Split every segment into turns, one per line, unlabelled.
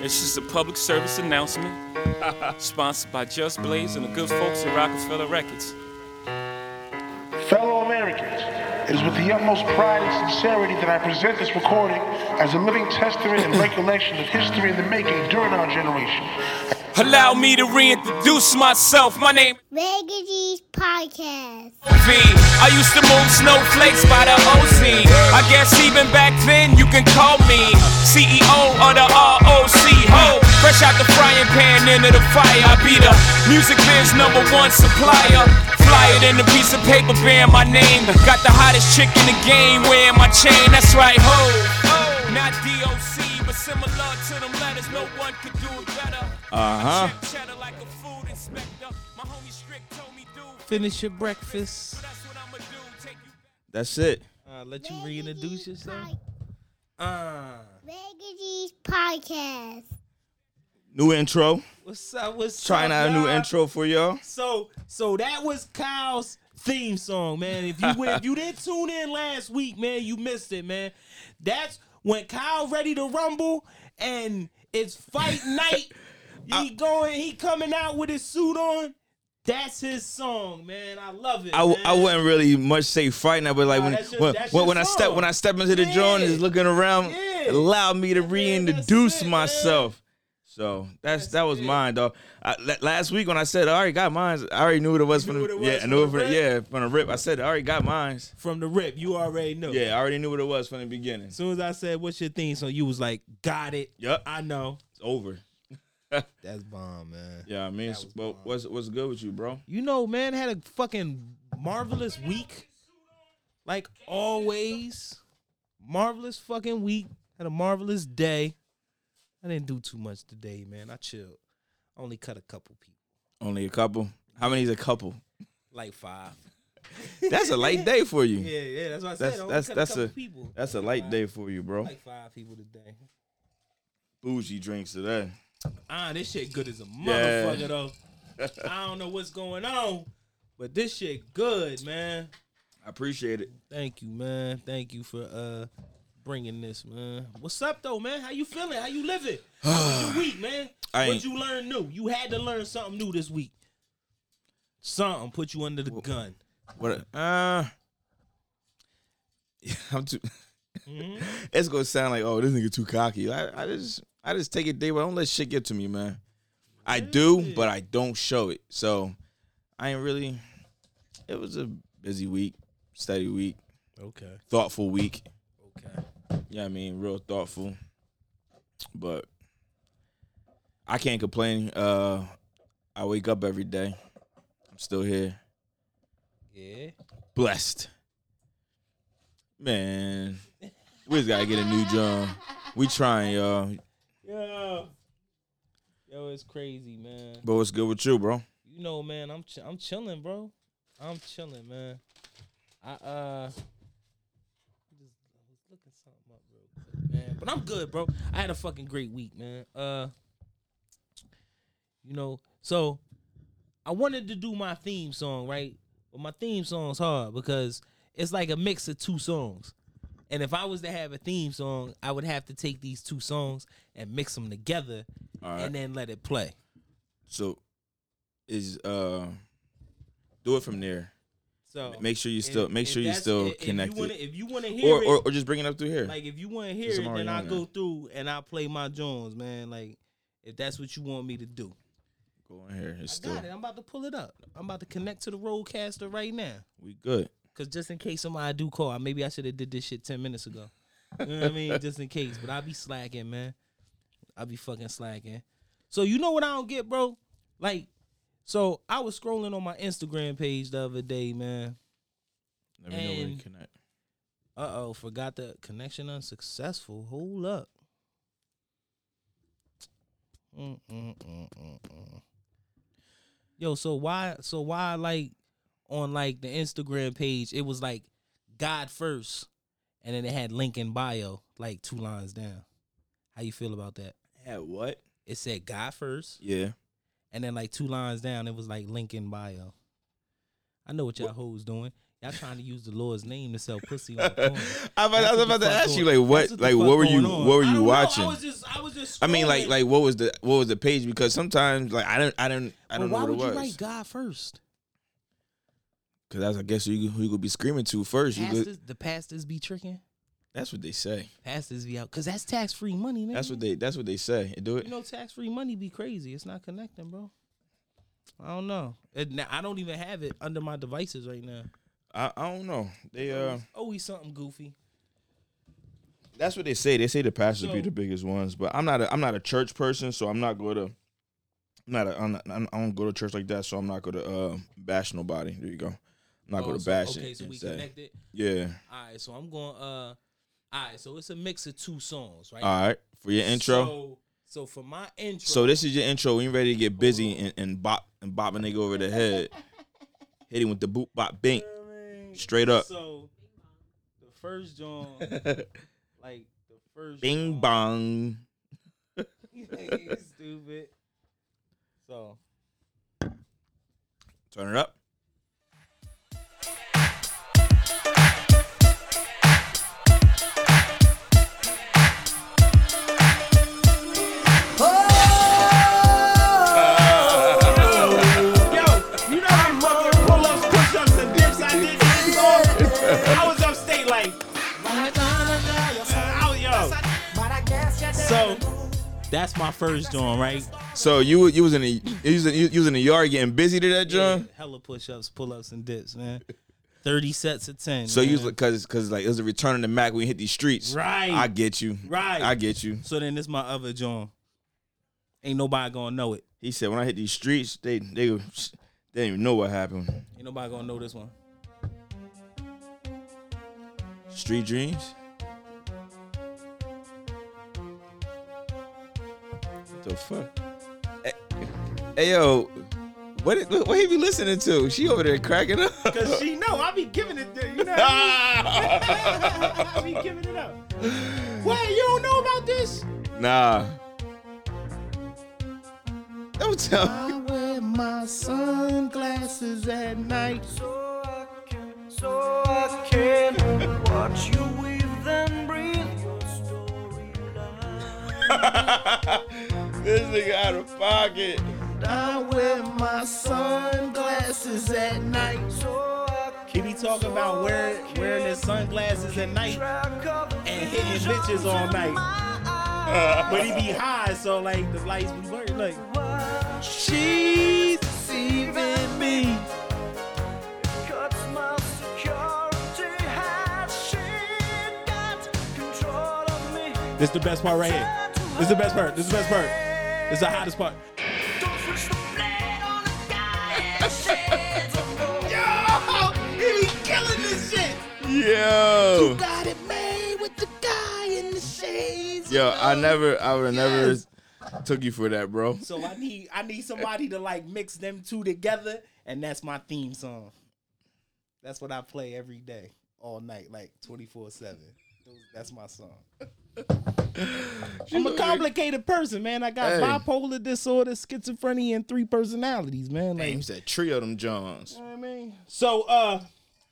This is a public service announcement sponsored by Just Blaze and the good folks at Rockefeller Records.
Fellow Americans, it is with the utmost pride and sincerity that I present this recording as a living testament and recollection of history in the making during our generation.
Allow me to reintroduce myself. My name
Reggae G's Podcast.
V. I used to move snowflakes by the OZ. I guess even back then you can call me CEO of the ROC. Ho, fresh out the frying pan into the fire. I be the music biz number one supplier. Flyer than a piece of paper bearing my name. Got the hottest chick in the game wearing my chain. That's right, ho. Not DOC, but similar to them letters. No one could do it better. Uh huh.
finish your breakfast.
That's it.
Uh, let you reintroduce yourself.
Uh. Reggae G's Podcast.
New intro.
What's up? What's
Trying
up,
out a new
y'all?
intro for y'all.
So, so that was Kyle's theme song, man. If you went, if you didn't tune in last week, man, you missed it, man. That's when Kyle ready to rumble, and it's fight night. He going, he coming out with his suit on. That's his song, man. I love it.
I, w- I
man.
wouldn't really much say fighting, but like
Nah,
when
that's your-
when,
that's
when,
your
when I step
song.
when I step into the
Yeah.
joint, is looking around,
Yeah.
allow me to
Man, that's
reintroduce
it, man.
myself. So that's, that was
it.
mine, dog. I, la- last week when I said I already got mine, I already knew what it was from
knew
the
what it
yeah,
was
I knew it
from the
from the,
rip?
yeah from the rip. I said I already got mine.
From the rip, you already know.
Yeah, I already knew what it was from the beginning.
As soon as I said, "What's your theme?" So you was like, "Got it."
Yup.
I know.
It's over.
That's bomb, man.
Yeah, I mean, it's- but what's what's good with you, bro?
You know, man, had a fucking marvelous week. Like always, marvelous fucking week. Had a marvelous day. I didn't do too much today, man. I chilled. Only cut a couple people,
Only a couple. How many is a couple?
like five.
That's a light day for you.
Yeah, yeah, that's what I said.
That's
Only
that's
cut
that's
couple
a
people.
that's a light day for you, bro.
like five people today.
Bougie drinks today.
Ah, this shit good as a
Yeah.
motherfucker though. I don't know what's going on, but this shit good, man.
I appreciate it.
Thank you, man. Thank you for uh bringing this, man. What's up though, man? How you feeling? How you living? How was your week, man?
I
What
ain't-
you learn new? You had to learn something new this week. Something put you under the gun.
What? a- Uh, I'm too. Mm-hmm. it's gonna sound like, oh, this nigga too cocky. I, I just, I just take it day by. Don't let shit get to me, man. I do, but I don't show it. So, I ain't really. It was a busy week, steady week,
Okay.
thoughtful week.
Okay.
Yeah, I mean, real thoughtful. But I can't complain. Uh I wake up every day. I'm still here.
Yeah.
Blessed. Man. We just gotta get a new job. We trying, y'all.
Yo. Yo, it's crazy, man.
But what's good with you, bro?
you know, man, I'm ch- I'm chilling, bro. I'm chilling, man. I uh just I was looking something up real quick, man. But I'm good, bro. I had a fucking great week, man. Uh you know, so I wanted to do my theme song, right? But my theme song's hard because it's like a mix of two songs. And if I was to have a theme song, I would have to take these two songs and mix them together
All right.
and then let it play.
So is uh do it from there.
So
Make sure you still
If-
make
if
sure you
that's-
still
if-
connected.
If you wanna, if you wanna hear
or,
it,
or or just bring it up through here.
like if you wanna hear
It's
it, then
already
I
on
go
there.
through and I play my Jones, man. Like if that's what you want me to do,
go in here. It's
I
still
got it. I'm about to pull it up. I'm about to connect to the roadcaster right now.
we good.
Cause just in case somebody do call, I- maybe I should have did this shit ten minutes ago. You know what I mean? Just in case, but I be slacking, man. I be fucking slacking. So you know what I don't get, bro? Like, so I was scrolling on my Instagram page the other day, man.
Let me know when
And-
we connect.
Uh oh, forgot the connection unsuccessful. Hold up. Mm-mm-mm-mm-mm. Yo, so why so why like on like the Instagram page it was like God first and then it had link in bio like two lines down. How you feel about that?
At what?
It said God first
Yeah.
and then like two lines down it was like link in bio. I know what y'all hoes doing.
Y'all trying to use the Lord's name to sell pussy on the corner.
I, was- I was
That's what
about
the
to
fuck
ask you
going-
like what
that's what the
like
fuck
what were
going
you
on.
what were
I don't
you
know,
watching?
I was just, I was just.
I mean, like,
scrolling.
like what was the what was the page? Because sometimes, like, I don't, I don't, I
But
don't
why
know
would
what
you
it was.
write God first?
Because that's, I guess, who you, who you could be screaming to first. You could,
Pastors, the pastors be tricking.
that's what they say.
Pastors be out because that's tax free money, man.
That's what they. That's what they say. It Do
You
it.
know, tax free money be crazy. It's not connecting, bro. I don't know. And now, I don't even have it under my devices right now.
I, I don't know. They uh,
Always something goofy.
that's what they say. They say the pastors be
So-
the biggest ones. But I'm not. A, I'm not a church person, so I'm not going to. I'm not. A, I'm not. I'm, I don't go to church like that, so I'm not going to uh bash nobody. There you go. I'm not going
Oh,
to
so-
bash
Okay,
it.
so
and
we
say-
connected.
Yeah.
All right, so I'm going. Uh, all right, so it's a mix of two songs, right?
All right. For your intro.
So, so for my intro,
So this is your intro. We ready to get busy and, and bop and bop a nigga over the head. Hit him with the boop bop bink. Straight up.
So the first John, like the first
Bing
joint-
bong.
You stupid. So
Turn it up.
yo, you know how fucking pull-ups, push-ups, and dips I did this song? I was upstate like I
Oh,
was yo. So that's my first John, right?
So you wa- you was in the you was in, you was in the yard getting busy to that
yeah,
John.
hella push ups, pull ups, and dips, man. Thirty sets of ten.
So you was
man.
like, cause cause like it was a return of the Mac when we hit these streets.
Right.
I get you.
Right.
I get you.
So then this my other joint. Ain't nobody gonna know it.
He said when I hit these streets, they they they didn't even know what happened.
Ain't nobody gonna know this one.
Street dreams. What the fuck? Hey, hey, yo, what it- what he be listening to? She over there cracking up.
Cause she know I be giving it, to- you know. what I mean? I be giving it up. What you don't know about this?
Nah. Don't tell me.
wear my sunglasses at night.
So I can, so I can watch you weave and breathe your storyline.
this nigga out of pocket.
I wear my sunglasses at night.
So I can
He be talking about wearing wearing his sunglasses at night
track of the
and hitting bitches all night. But he be high, so like the lights be blurred. Like she's deceiving me.
cuts my security hat. She got control of me.
This the best part right here. This is the best part. This is the best part. This is the hottest part.
Don't switch the blade on the guy. Shades of gold.
Yo, he be killing this shit.
Yo.
Got it made with the guy in the shades.
Yo, I never, I would have never took you for that, bro.
So I need I need somebody to like mix them two together, and that's my theme song. That's what I play every day, all night, like twenty four seven. That's my song. I'm a complicated person, man. I got
Hey.
bipolar disorder, schizophrenia, and three personalities, man. Like,
Damn, it's that trio of them Johns.
know what I mean? So uh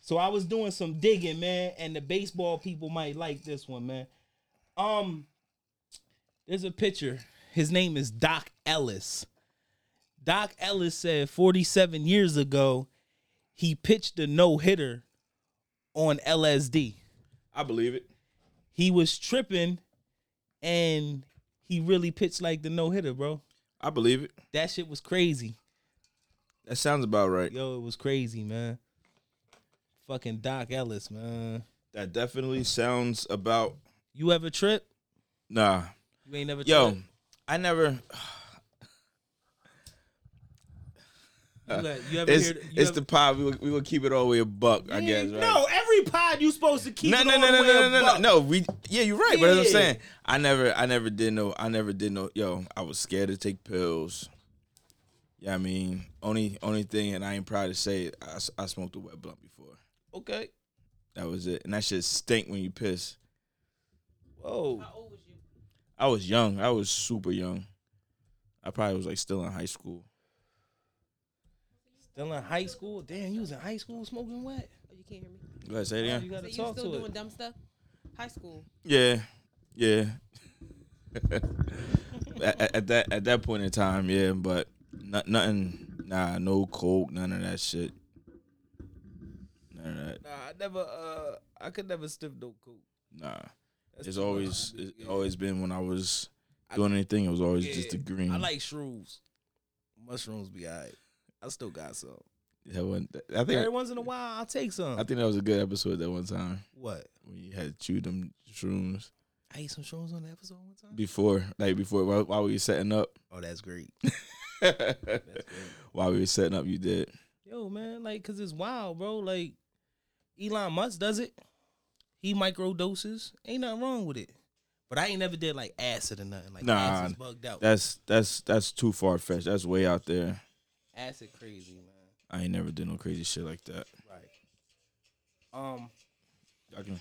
so I was doing some digging, man, and the baseball people might like this one, man. Um there's a picture. His name is Doc Ellis. Doc Ellis said 47 years ago he pitched a no-hitter on LSD.
I believe it.
He was tripping and he really pitched like the no-hitter, bro.
I believe it.
That shit was crazy.
That sounds about right.
Yo, it was crazy, man. Fucking Doc Ellis, man.
That definitely sounds about
You ever trip?
nah.
You ain't never
Yo,
tripped.
I never.
You, got- you ever
uh, It's
heard- you
it's
ever-
the pod. We will, we will keep it all the way a buck. I guess. Right?
No, every pod you supposed to keep.
No,
it
no,
all
no,
the
no,
way
no, no, no,
above.
no. We, yeah, you're right. But that's what I'm
Yeah.
saying. I never, I never did no, I never did no. Yo, I was scared to take pills. Yeah, I mean, only, only thing, and I ain't proud to say, it, I, s- I smoked a wet blunt before.
Okay.
That was it, and that shit stink when you piss.
Whoa.
I was young. I was super young. I probably was like still in high school.
Still in high school? Damn, you was in high school smoking wet.
You can't hear me.
Go ahead, say it
You
again.
gotta
So you
talk
still
to
doing
it.
dumb stuff? High school.
Yeah, yeah. at, at- at that at that point in time, yeah, but not, nothing. Nah, no coke, none of that shit. None of that.
Nah, I never. Uh, I could never sniff no coke.
Nah.
That's
it's
too much.
always it's
Yeah.
always been when I was doing anything, it was always just the
Yeah.
green.
I like shrooms. Mushrooms be alright. I still got some.
that one. I
Every
think
once in a while, I'll take some.
I think that was a good episode that one time
what?
when you had chewed them shrooms
I ate some shrooms on the episode one time.
before, like before while, while we were setting up.
Oh, that's great.
while we were setting up, you did.
Yo, man, like, cause it's wild, bro. Like, Elon Musk does it. He micro doses. Ain't nothing wrong with it. But I ain't never did like acid or nothing. Like,
Nah,
acid's bugged out.
That's that's that's too far fetched. That's way out there.
acid crazy, man.
I ain't never did no crazy shit like that.
Um.
I can.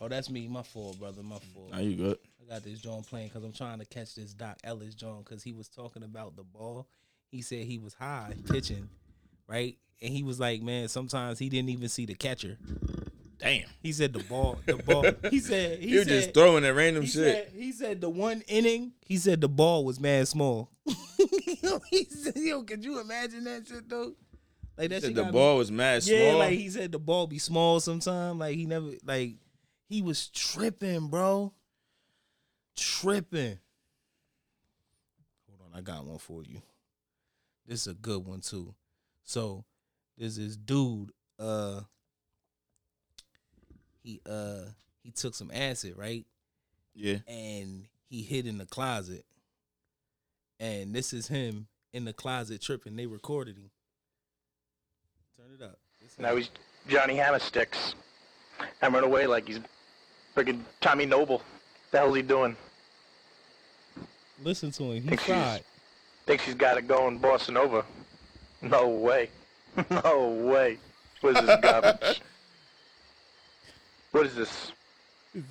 Oh, that's me. My fault, brother. My fault.
Are you good?
I got this John playing because I'm trying to catch this Doc Ellis John because he was talking about the ball. He said he was high pitching, right? And he was like, man, sometimes he didn't even see the catcher.
Damn.
He said the ball, the ball. He said he
You
said,
just throwing at random
he
shit.
said he said the one inning. He said the ball was mad small. he said, yo, could you imagine that shit though? Like that
Said
shit
the
got me-
ball was mad
yeah,
small.
like he said the ball be small sometime. Like he never like he was tripping, bro. Tripping. Hold on, I got one for you. This is a good one too. So there's this dude, uh he uh he took some acid, right?
yeah.
And he hid in the closet. And this is him in the closet tripping. They recorded him. Turn it up.
Now he's Johnny Hammersticks. And run away like he's friggin' Tommy Noble. The hell's he doing?
Listen to him. He
Think she's-
cried.
Think she's got it going bossing over. No way. No way. What is this garbage? what is this?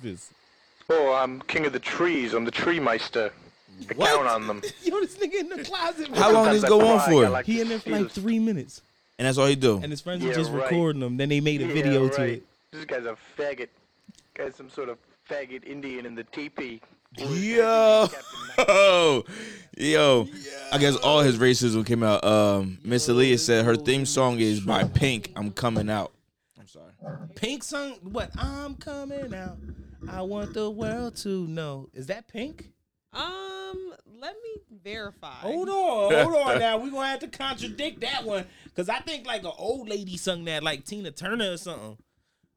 This.
Oh, I'm king of the trees. I'm the tree meister. I count on them.
Yo, this nigga in the closet.
How long
Sometimes
does
I
it go on
fly,
for?
I like
He
to
in there for
see
like
this.
three minutes,
and that's all he do.
and his friends were
Yeah,
just
right.
recording him. Then they made a
Yeah,
video to
right.
it.
This guy's a faggot. Guy's some sort of faggot Indian in the teepee.
Yo, yo. I guess all his racism came out. Um, Miss Aaliyah said her theme song is by Pink. I'm coming out. I'm sorry.
Pink song. What? I'm coming out. I want the world to know. Is that Pink?
Um, let me verify.
Hold on, hold on. Now we gonna have to contradict that one because I think like an old lady sung that, like Tina Turner or something,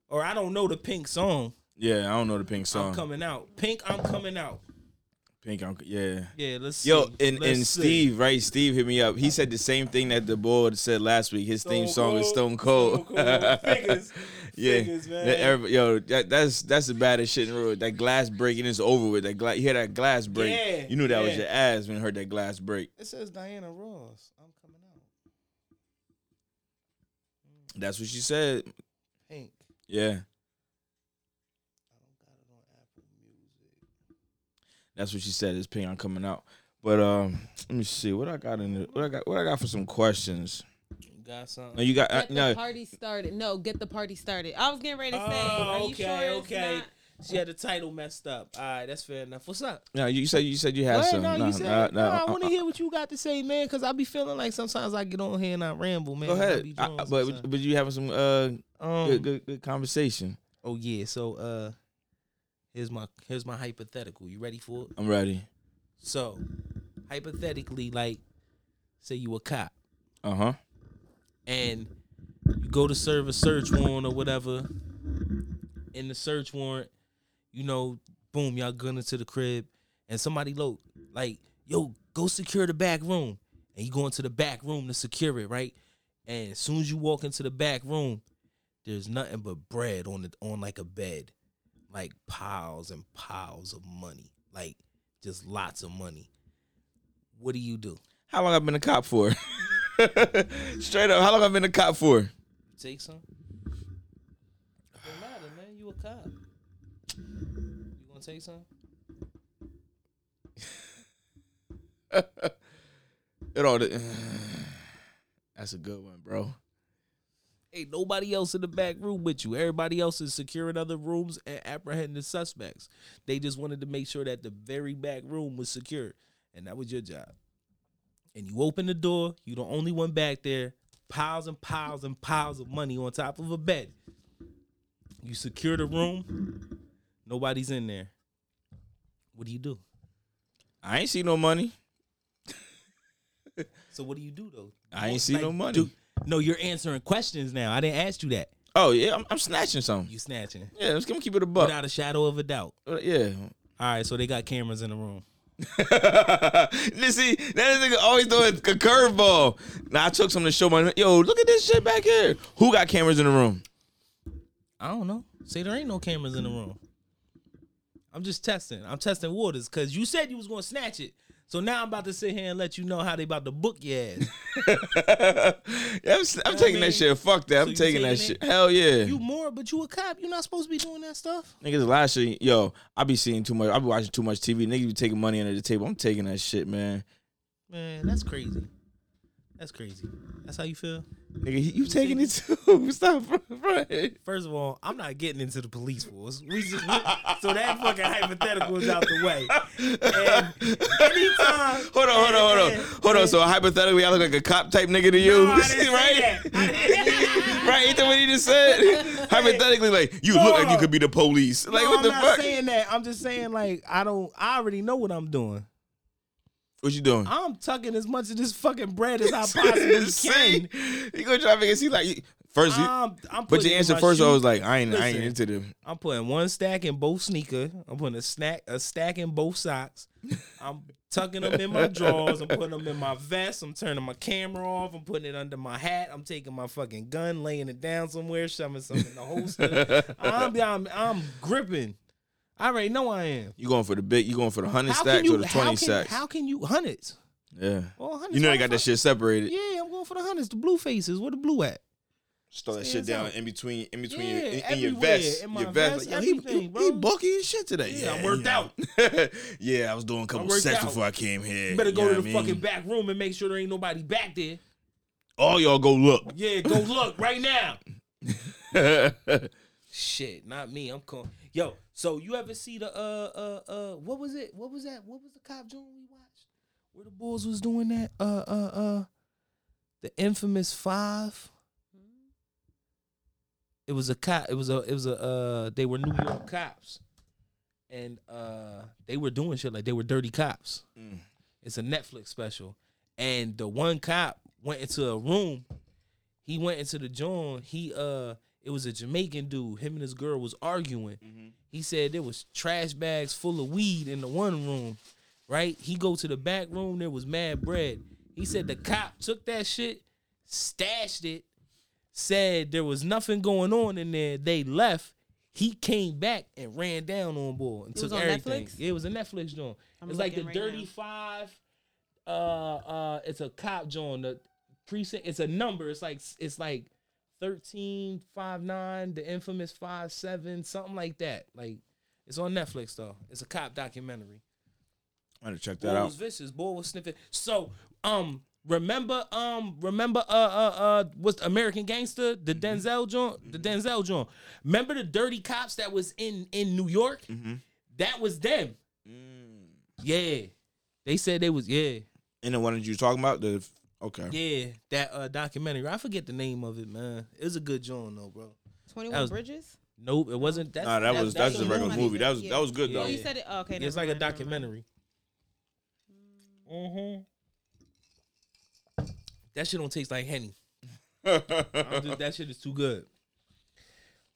or I don't know the Pink song.
Yeah, I don't know the Pink
I'm
song.
coming out. Pink, I'm coming out.
Pink, I'm yeah.
Yeah, let's.
Yo,
see.
and,
Let's
and
see.
Steve, right? Steve hit me up. He said the same thing that the boy said last week. His theme song is Stone Cold.
Figures.
yeah,
Figures, man.
That every- yo, that, that's that's the baddest shit in the world. That glass breaking is over with. That glass, you hear that glass break?
Yeah,
you knew that was
yeah.
your ass when you heard that glass break.
It says Diana Ross. I'm coming out.
That's what she said.
Pink.
Yeah,
I don't got it on Apple Music.
that's what she said. It's pink. I'm coming out. But um, let me see what I got in the, what I got what I got for some questions.
You got
No,
something?
you got uh,
Get the
no.
party started. No, get the party started. I was getting ready to say. are
Oh,
you sure
okay,
it's
okay.
not-
She had the title messed up. All right, that's fair enough. What's up?
No, you said you said you had
What?
some.
no,
Nah,
you said,
nah, nah,
no, I
uh,
want
uh,
to hear what you got to say, man, because I be feeling like sometimes I get on here and I ramble, man.
Go
I
ahead.
be
I-
drawn
I- but
sometimes.
but you having some uh
um,
good, good good conversation.
oh yeah, so uh, here's my here's my hypothetical. You ready for it?
I'm ready.
So, hypothetically, like, say you a cop,
Uh
Uh-huh.
huh.
and you go to serve a search warrant or whatever. In the search warrant, you know, boom, y'all gunning to the crib, and somebody look like, yo, go secure the back room, and you go into the back room to secure it, right? And as soon as you walk into the back room, there's nothing but bread on it on like a bed, like piles and piles of money, like just lots of money. What do you do?
How long I been a cop for? Straight up, how long I been a cop for?
Take some. Don't matter, man. You a cop. You gonna take some?
It all. de- That's a good one, bro.
Ain't nobody else in the back room with you. Everybody else is securing other rooms and apprehending the suspects. They just wanted to make sure that the very back room was secured, and that was your job. And you open the door. You the only one back there. Piles and piles and piles of money on top of a bed. You secure the room. Nobody's in there. What do you do?
I ain't see no money.
So what do you do though?
I ain't see
Like,
no money.
do- no, you're answering questions now. I didn't ask you that.
Oh yeah, I'm, I'm snatching something.
You snatching
Yeah, let's keep it a buck.
without a shadow of a doubt.
Uh, yeah.
All right, so they got cameras in the room.
This- see, that nigga always throwing a curveball. Now I took something to show my yo. Look at this shit back here. Who got cameras in the room?
I don't know. Say there ain't no cameras in the room. I'm just testing. I'm testing waters because you said you was gonna snatch it. So now I'm about to sit here and let you know how they about to book your ass.
yeah, I'm, s- I'm taking
mean?
that shit. Fuck that.
So
I'm
you
taking that
taking
shit. Hell yeah.
you more, but you a cop. You're not supposed to be doing that stuff.
Niggas, last shit, yo, I be seeing too much. I be watching too much TV. Niggas be taking money under the table. I'm taking that shit, man.
Man, that's crazy. That's crazy. That's how you feel.
Nigga, he- you taking it too? Stop, bro.
First of all, I'm not getting into the police force. We just, we- so that fucking hypothetical is out the way. And anytime.
Hold on, hold on, hold on, hold on. So hypothetically, I look like a cop type nigga to you,
No, I didn't say
right?
that. I didn't-
right? Ain't that what he just said? hypothetically, like you look like you could be the police. Like
No,
what
I'm
the
not
fuck?
saying that. I'm just saying like I don't. I already know what I'm doing.
What you doing?
I'm tucking as much of this fucking bread as I possibly can.
See? You gonna try to make it seem like you, first, you-
I'm, I'm
but
putting
your
in
answer
my
first, I
shoe.
was like, I ain't, I ain't
Listen.
into them.
I'm putting one stack in both sneaker. I'm putting a snack, a stack in both socks. I'm tucking them in my drawers. I'm putting them in my vest. I'm turning my camera off. I'm putting it under my hat. I'm taking my fucking gun, laying it down somewhere, shoving something in the holster. I'm, I'm, I'm gripping. I already know I am.
You going for the big? You going for the hundred
How
stacks
can you?
or the
how
twenty
can,
stacks?
How can you hundreds?
yeah.
Well, hundreds.
You know
why
they
the
got that
fuck-
shit separated.
Yeah, I'm going for the hundreds. The blue faces. Where the blue at?
Throw that shit
Stands
down
out.
in between, in between
Yeah,
your, in, in your
everywhere.
vest,
In my
your vest.
vest,
Like, yo, he,
everything,
he,
bro.
he bulky as shit today.
Yeah, I worked out.
out. yeah, I was doing a couple
worked
sets
out.
before I came here.
You better go
know
to
what
the
I mean?
fucking back room and make sure there ain't nobody back there.
All y'all go look.
Yeah, go look right now.
That's
Shit, not me. I'm calling. Yo, so you ever see the uh uh uh what was it? What was that? What was the cop joint we watched? Where the Bulls was doing that? Uh uh uh the infamous five. It was a cop. It was a it was a uh they were New York cops. And uh they were doing shit like they were dirty cops. It's a Netflix special. And the one cop went into a room he went into the joint. He uh, it was a Jamaican dude. Him and his girl was arguing. He said there was trash bags full of weed in the one room, right? He go to the back room. There was mad bread. He said the cop took that shit, stashed it, said there was nothing going on in there. They left. He came back and ran down on board and
It
took
was on
everything.
Netflix?
Yeah, it was a Netflix joint.
I'm
It's like the
looking right
Dirty
now.
Five. Uh, uh, it's a cop joint. The precinct. It's a number. It's like it's like thirteen five nine. The infamous five seven. Something like that. Like it's on Netflix though. It's a cop documentary.
I'm gonna check
Boy
that out.
was vicious. Boy was sniffing. So um. Remember, um, remember, uh, uh, uh, what's American Gangster, the
Mm-hmm.
Denzel joint, the Denzel joint. Remember the dirty cops that was in in New York.
Mm-hmm.
That was them.
Mm.
Yeah, they said they was yeah.
And the one that you talking about, the okay,
Yeah, that uh, documentary. I forget the name of it, man. It was a good joint though, bro.
Twenty
That
One
was-
Bridges.
Nope, it wasn't. That's,
nah, that was that's,
that's
a
a
regular
movie.
movie. That was that was good
Oh,
though.
you said it. Oh, okay,
It's
never
like a
mind, never mind.
documentary. Mm-hmm. That shit don't taste like henny. I'm just- that shit is too good.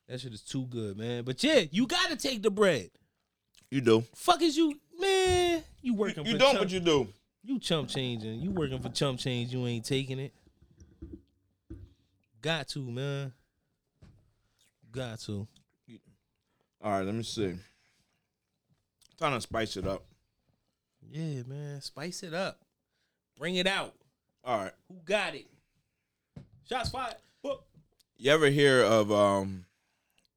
That shit is too good, man. But yeah, you gotta take the bread.
you do,
Fuck is you, man. You working?
you
for
don't,
chump-
but you do.
You chump changing. You working for chump change. You ain't taking it. Got to, man. Got to.
All right, let me see. Trying to spice it up.
Yeah, man. Spice it up. Bring it out.
All right.
Who got it? Shots fired. Book.
You ever hear of um?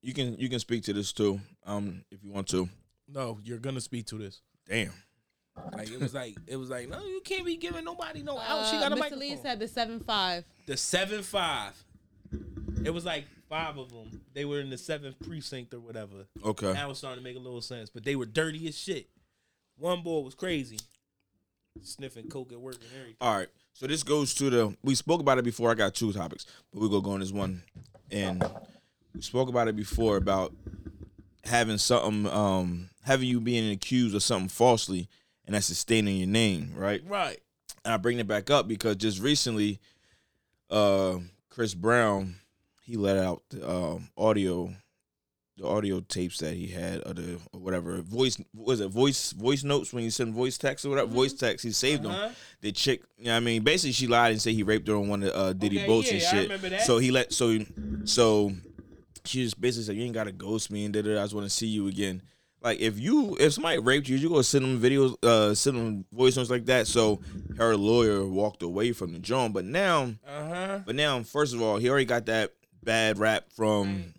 You can you can speak to this too, um, if you want to.
No, you're gonna speak to this.
Damn.
Like it was like it was like no, you can't be giving nobody no out.
Uh,
Oh, she got a
Mr. Lee
microphone.
said the seven five.
the seven five. It was like five of them. They were in the seventh precinct or whatever.
Okay.
That was starting to make a little sense, but they were dirty as shit. One boy was crazy, sniffing coke at work and everything.
All right. So this goes to the we spoke about it before. I got two topics, but we're gonna go on this one. And we spoke about it before about having something um having you being accused of something falsely and that's sustaining your name, right?
Right.
And I bring it back up because just recently uh Chris Brown, he let out the um audio the audio tapes that he had or the or whatever voice was it voice voice notes when you send voice text or whatever voice
Mm-hmm.
text he saved
Uh-huh.
them the chick, you know what I mean, basically she lied and said he raped her on one of uh, Diddy
Okay,
boats and
yeah, I
shit.
remember that.
So he let so so she just basically said you ain't got to ghost me and did it. I just want to see you again. Like if you if somebody raped you, you go send them videos, uh, send them voice notes like that. So her lawyer walked away from the joint, but now,
Uh-huh.
but now, first of all, he already got that bad rap from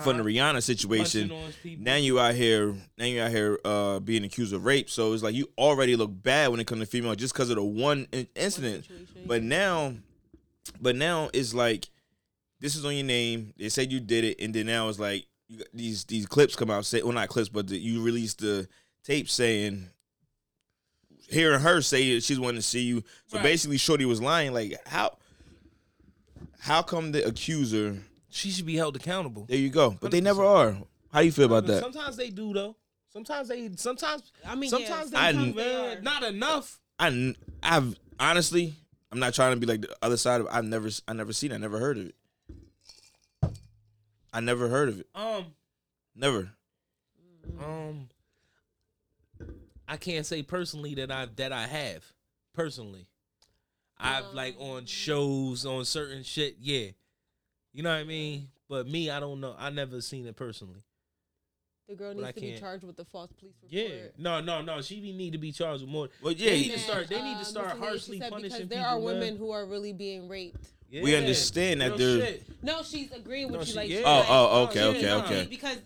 from the Rihanna situation.
Punching on his people.
Now you out here, now you out here uh, being accused of rape. So it's like you already look bad when it comes to female just because of the one in- incident.
situation.
But now, but now it's like this is on your name. They said you did it, and then now it's like you got these these clips come out. Say, well, not clips, but the, you release the tape saying. Hearing her say it, she's wanting to see you. So
Right.
basically, Shorty was lying. Like how? How come the accuser?
She should be held accountable.
There you go. But they never are. How do you feel about that?
Sometimes they do though. Sometimes they. Sometimes
I mean,
Sometimes
they
yeah, sometimes
do.
they
man,
are.
not enough.
I have honestly, I'm not trying to be like the other side of. I've never, I never seen, it, I never heard of it. I never heard of it.
Um.
Never.
Um. I can't say personally that I that I have personally. I've like on
mm.
shows on certain shit. Yeah, you know what I mean. But me, I don't know. I never seen it personally.
The girl
But I
needs to be
can't.
charged with a false police report.
Yeah. No, no, no. She be- need to be charged with more.
Well, yeah,
They
you-
need to start. They need
uh,
to start
misdemeanor, she
harshly
said,
punishing
because there
people,
are
man.
women who are really being raped.
We understand that
Real
there-
shit.
No, she's agreeing with
No,
you.
she-
Like,
yeah.
she's
Oh,
like,
oh, okay,
she's
okay,
not.
okay.
Because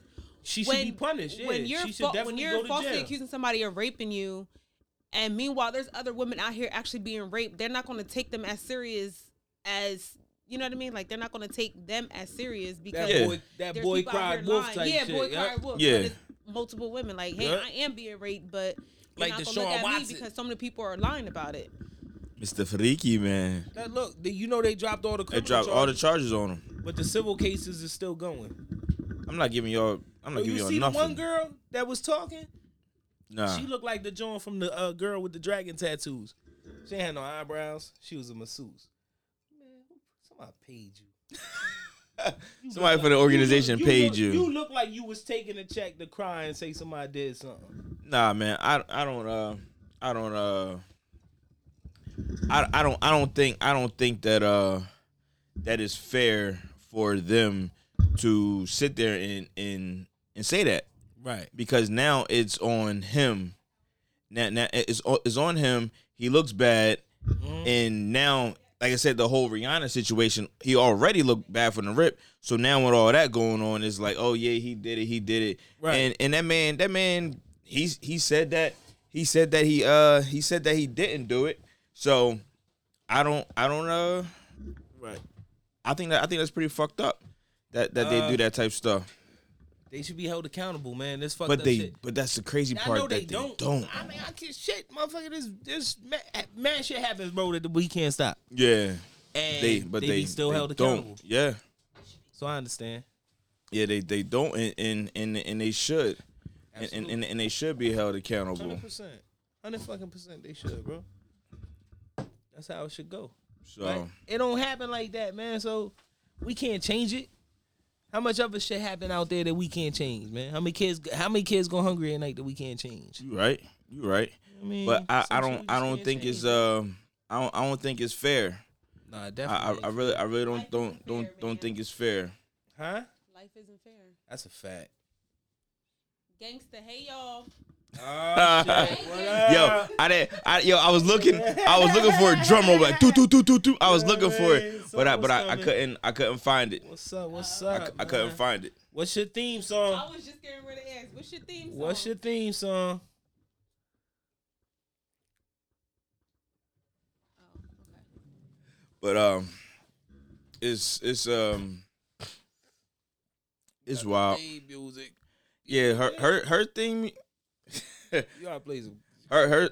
She should
when,
be punished. Yeah.
when you're
she should
fa- when
definitely go
you're
to
falsely
jail.
accusing somebody of raping you, and meanwhile there's other women out here actually being raped, they're not going to take them as serious as you know what I mean. Like they're not going to take them as serious because
that
Yeah.
boy, that
there's
boy
people out
cried
here
wolf
lying.
type
yeah,
shit.
boy
yep.
cried wolf.
Yeah.
But it's multiple women like, hey,
Yep.
I am being raped, but. You're
Like
not
the
gonna
Sean
look at
Watson.
me because so many people are lying about it.
Mr. Freaky man,
That look, the, you know they dropped all the
they
criminal
dropped all the
charges,
charges on him.
but the civil cases is still going.
I'm not giving y'all. I'm not
Yo,
giving
Oh, you
y'all
see the
nothing.
one girl that was talking?
nah.
She looked like the John from the uh, girl with the dragon tattoos. She ain't had no eyebrows. She was a masseuse. Man, who- somebody paid you.
Somebody for the organization
look-
paid
look-
you.
You look like you was taking a check to cry and say somebody did something.
Nah, man. I I don't uh I don't uh I I don't I don't think I don't think that uh that is fair for them to sit there and and and say that
Right.
because now it's on him. Now now it's o- it's on him. He looks bad,
Mm-hmm.
and now. Like I said, the whole Rihanna situation, he already looked bad from the rip. So now with all that going on, it's like, oh yeah, he did it, he did it.
Right.
And and that man, that man, he's he said that he said that he uh he said that he didn't do it. So I don't I don't uh
Right.
I think that I think that's pretty fucked up that that
Uh,
they do that type stuff.
They should be held accountable, man. This fucked
But
up
they
shit.
but that's the crazy
I
part
know
that
they, don't. I mean, I can shit, motherfucker. This this ma- man shit happens, bro. That we can't stop.
Yeah.
And
They but they,
be still
they
held accountable.
don't. Yeah.
So I understand.
Yeah, they they don't and and and, and they should. And, and, and, and they should be held accountable.
Hundred percent, hundred fucking percent. They should, bro. That's how it should go.
So
Like, it don't happen like that, man. So we can't change it. How much other shit happen out there that we can't change, man? How many kids? How many kids go hungry at night that we can't change?
you right. You right.
I mean,
But I, I
some shit
don't
we
I
just
don't
can't
think
change.
it's um I don't I don't think it's fair.
Nah,
I,
definitely.
I, I really I really
Life
don't don't don't
isn't fair, man.
don't think it's fair.
huh?
Life isn't fair.
That's a fact.
Gangsta, hey y'all.
yo, I didn't. I, yo, I was looking. I was looking for a drum roll, like doo doo doo doo doo. I was looking for it, but I but I, I couldn't. I couldn't find it.
What's up? What's
I,
up?
cou- I couldn't
man?
find it.
What's your theme song?
I was just getting ready to ask, what's your theme song?
What's your theme song?
But um, it's it's um, It's wild.
Hey, music.
Yeah, her her her theme.
You gotta play some.
Her her.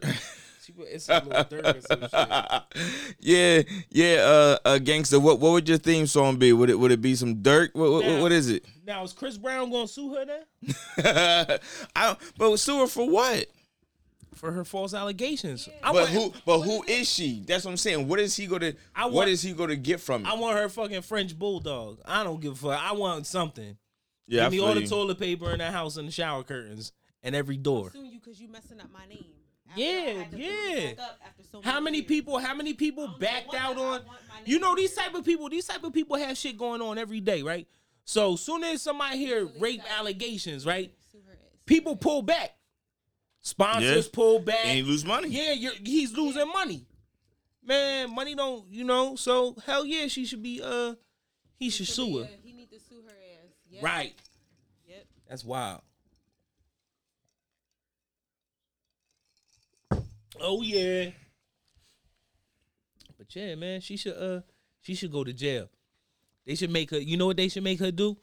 She put it's a little dirt or some shit.
yeah, yeah. Uh, uh, gangster. What what would your theme song be? Would it would it be some Dirk? What what, what is it?
Now is Chris Brown gonna sue her then
I but sue her for what?
for her false allegations? I
But
want
who but who is she? That's what I'm saying. What is he gonna
I
what
want-
is he gonna get from it?
I want her fucking French bulldog. I don't give a fuck. I want something.
yeah,
Give me
I
all
feel
the
you.
toilet paper in that house and the shower curtains and every door.
Soon you because you messing up my name.
Yeah,
I had to bring
yeah.
it back up after so
How many
years.
people? How many people
don't know
backed
what
out
I
on?
want my name
You know these
here.
type of people. These type of people have shit going on every day, right? So soon as somebody hear rape allegations, right?
Sue her ass.
People pull back. Sponsors
Yeah.
pull back.
and he lose money.
Yeah, you're, he's losing money. Man, money don't, you know. So hell yeah, she should be. Uh, he should sue her.
Yeah, he need to sue her ass. Yep.
Right.
Yep.
That's wild. Oh yeah. But yeah, man, she should uh she should go to jail. They should make her you know what they should make her do?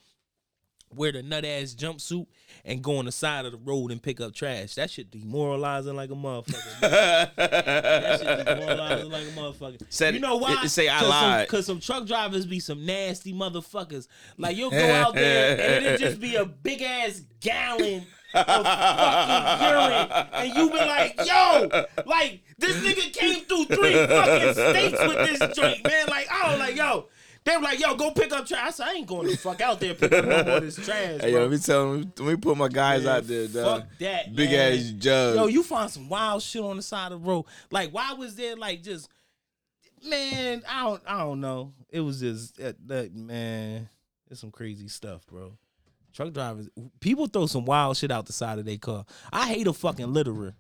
Wear the nut ass jumpsuit and go on the side of the road and pick up trash. That shit demoralizing like a motherfucker. man. that shit demoralizing like a motherfucker.
Said-
you know why?
it- say I
Cause some-
lied.
Cause some truck drivers be some nasty motherfuckers. Like you'll go out there and it'll just be a big ass gallon of fucking urine, and you be like, yo, like this nigga came through three fucking states with this drink, man. Like I was like, yo. They were like, yo, go pick up trash. I said, I ain't going to fuck out there and pick up no more of this trash.
Hey,
bro.
yo, let me tell him. Let me put my guys
Man,
out there. Dog.
fuck that,
big
man.
ass jug.
Yo, you find some wild shit on the side of the road. Like, why was there like just man? I don't, I don't know. It was just that, that man. It's some crazy stuff, bro. Truck drivers, people throw some wild shit out the side of their car. I hate a fucking litterer.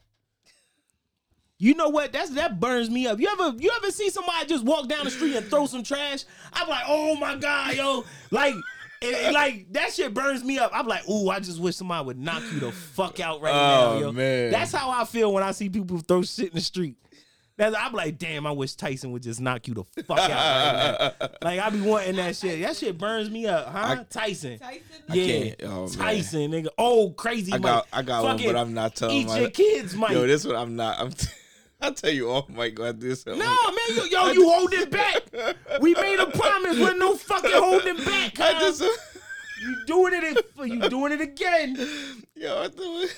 You know what? That's that burns me up. You ever you ever see somebody just walk down the street and throw some trash? I'm like, oh my god, yo, like. it- it- like that shit burns me up. I'm like, ooh, I just wish somebody would knock you the fuck out right now,
Oh,
yo.
man.
That's how I feel when I see people throw shit in the street. That's, I'm like, damn, I wish Tyson would just knock you the fuck out right now. Like I be wanting that shit. That shit burns me up, huh? Tyson.
Tyson.
Yeah,
can't- oh, man.
Tyson, nigga. Oh, crazy.
I got,
Mike.
I got one,
Fucking
but I'm not telling.
Eat
my-
your kids, Mike.
Yo, this one I'm not. I'm. T- I'll tell you all, Mike. I do something.
No, man, you, yo, you holding back. We made a promise. We're no fucking holding back.
I
huh?
just.
you doing it. You doing it again.
Yo, I do it.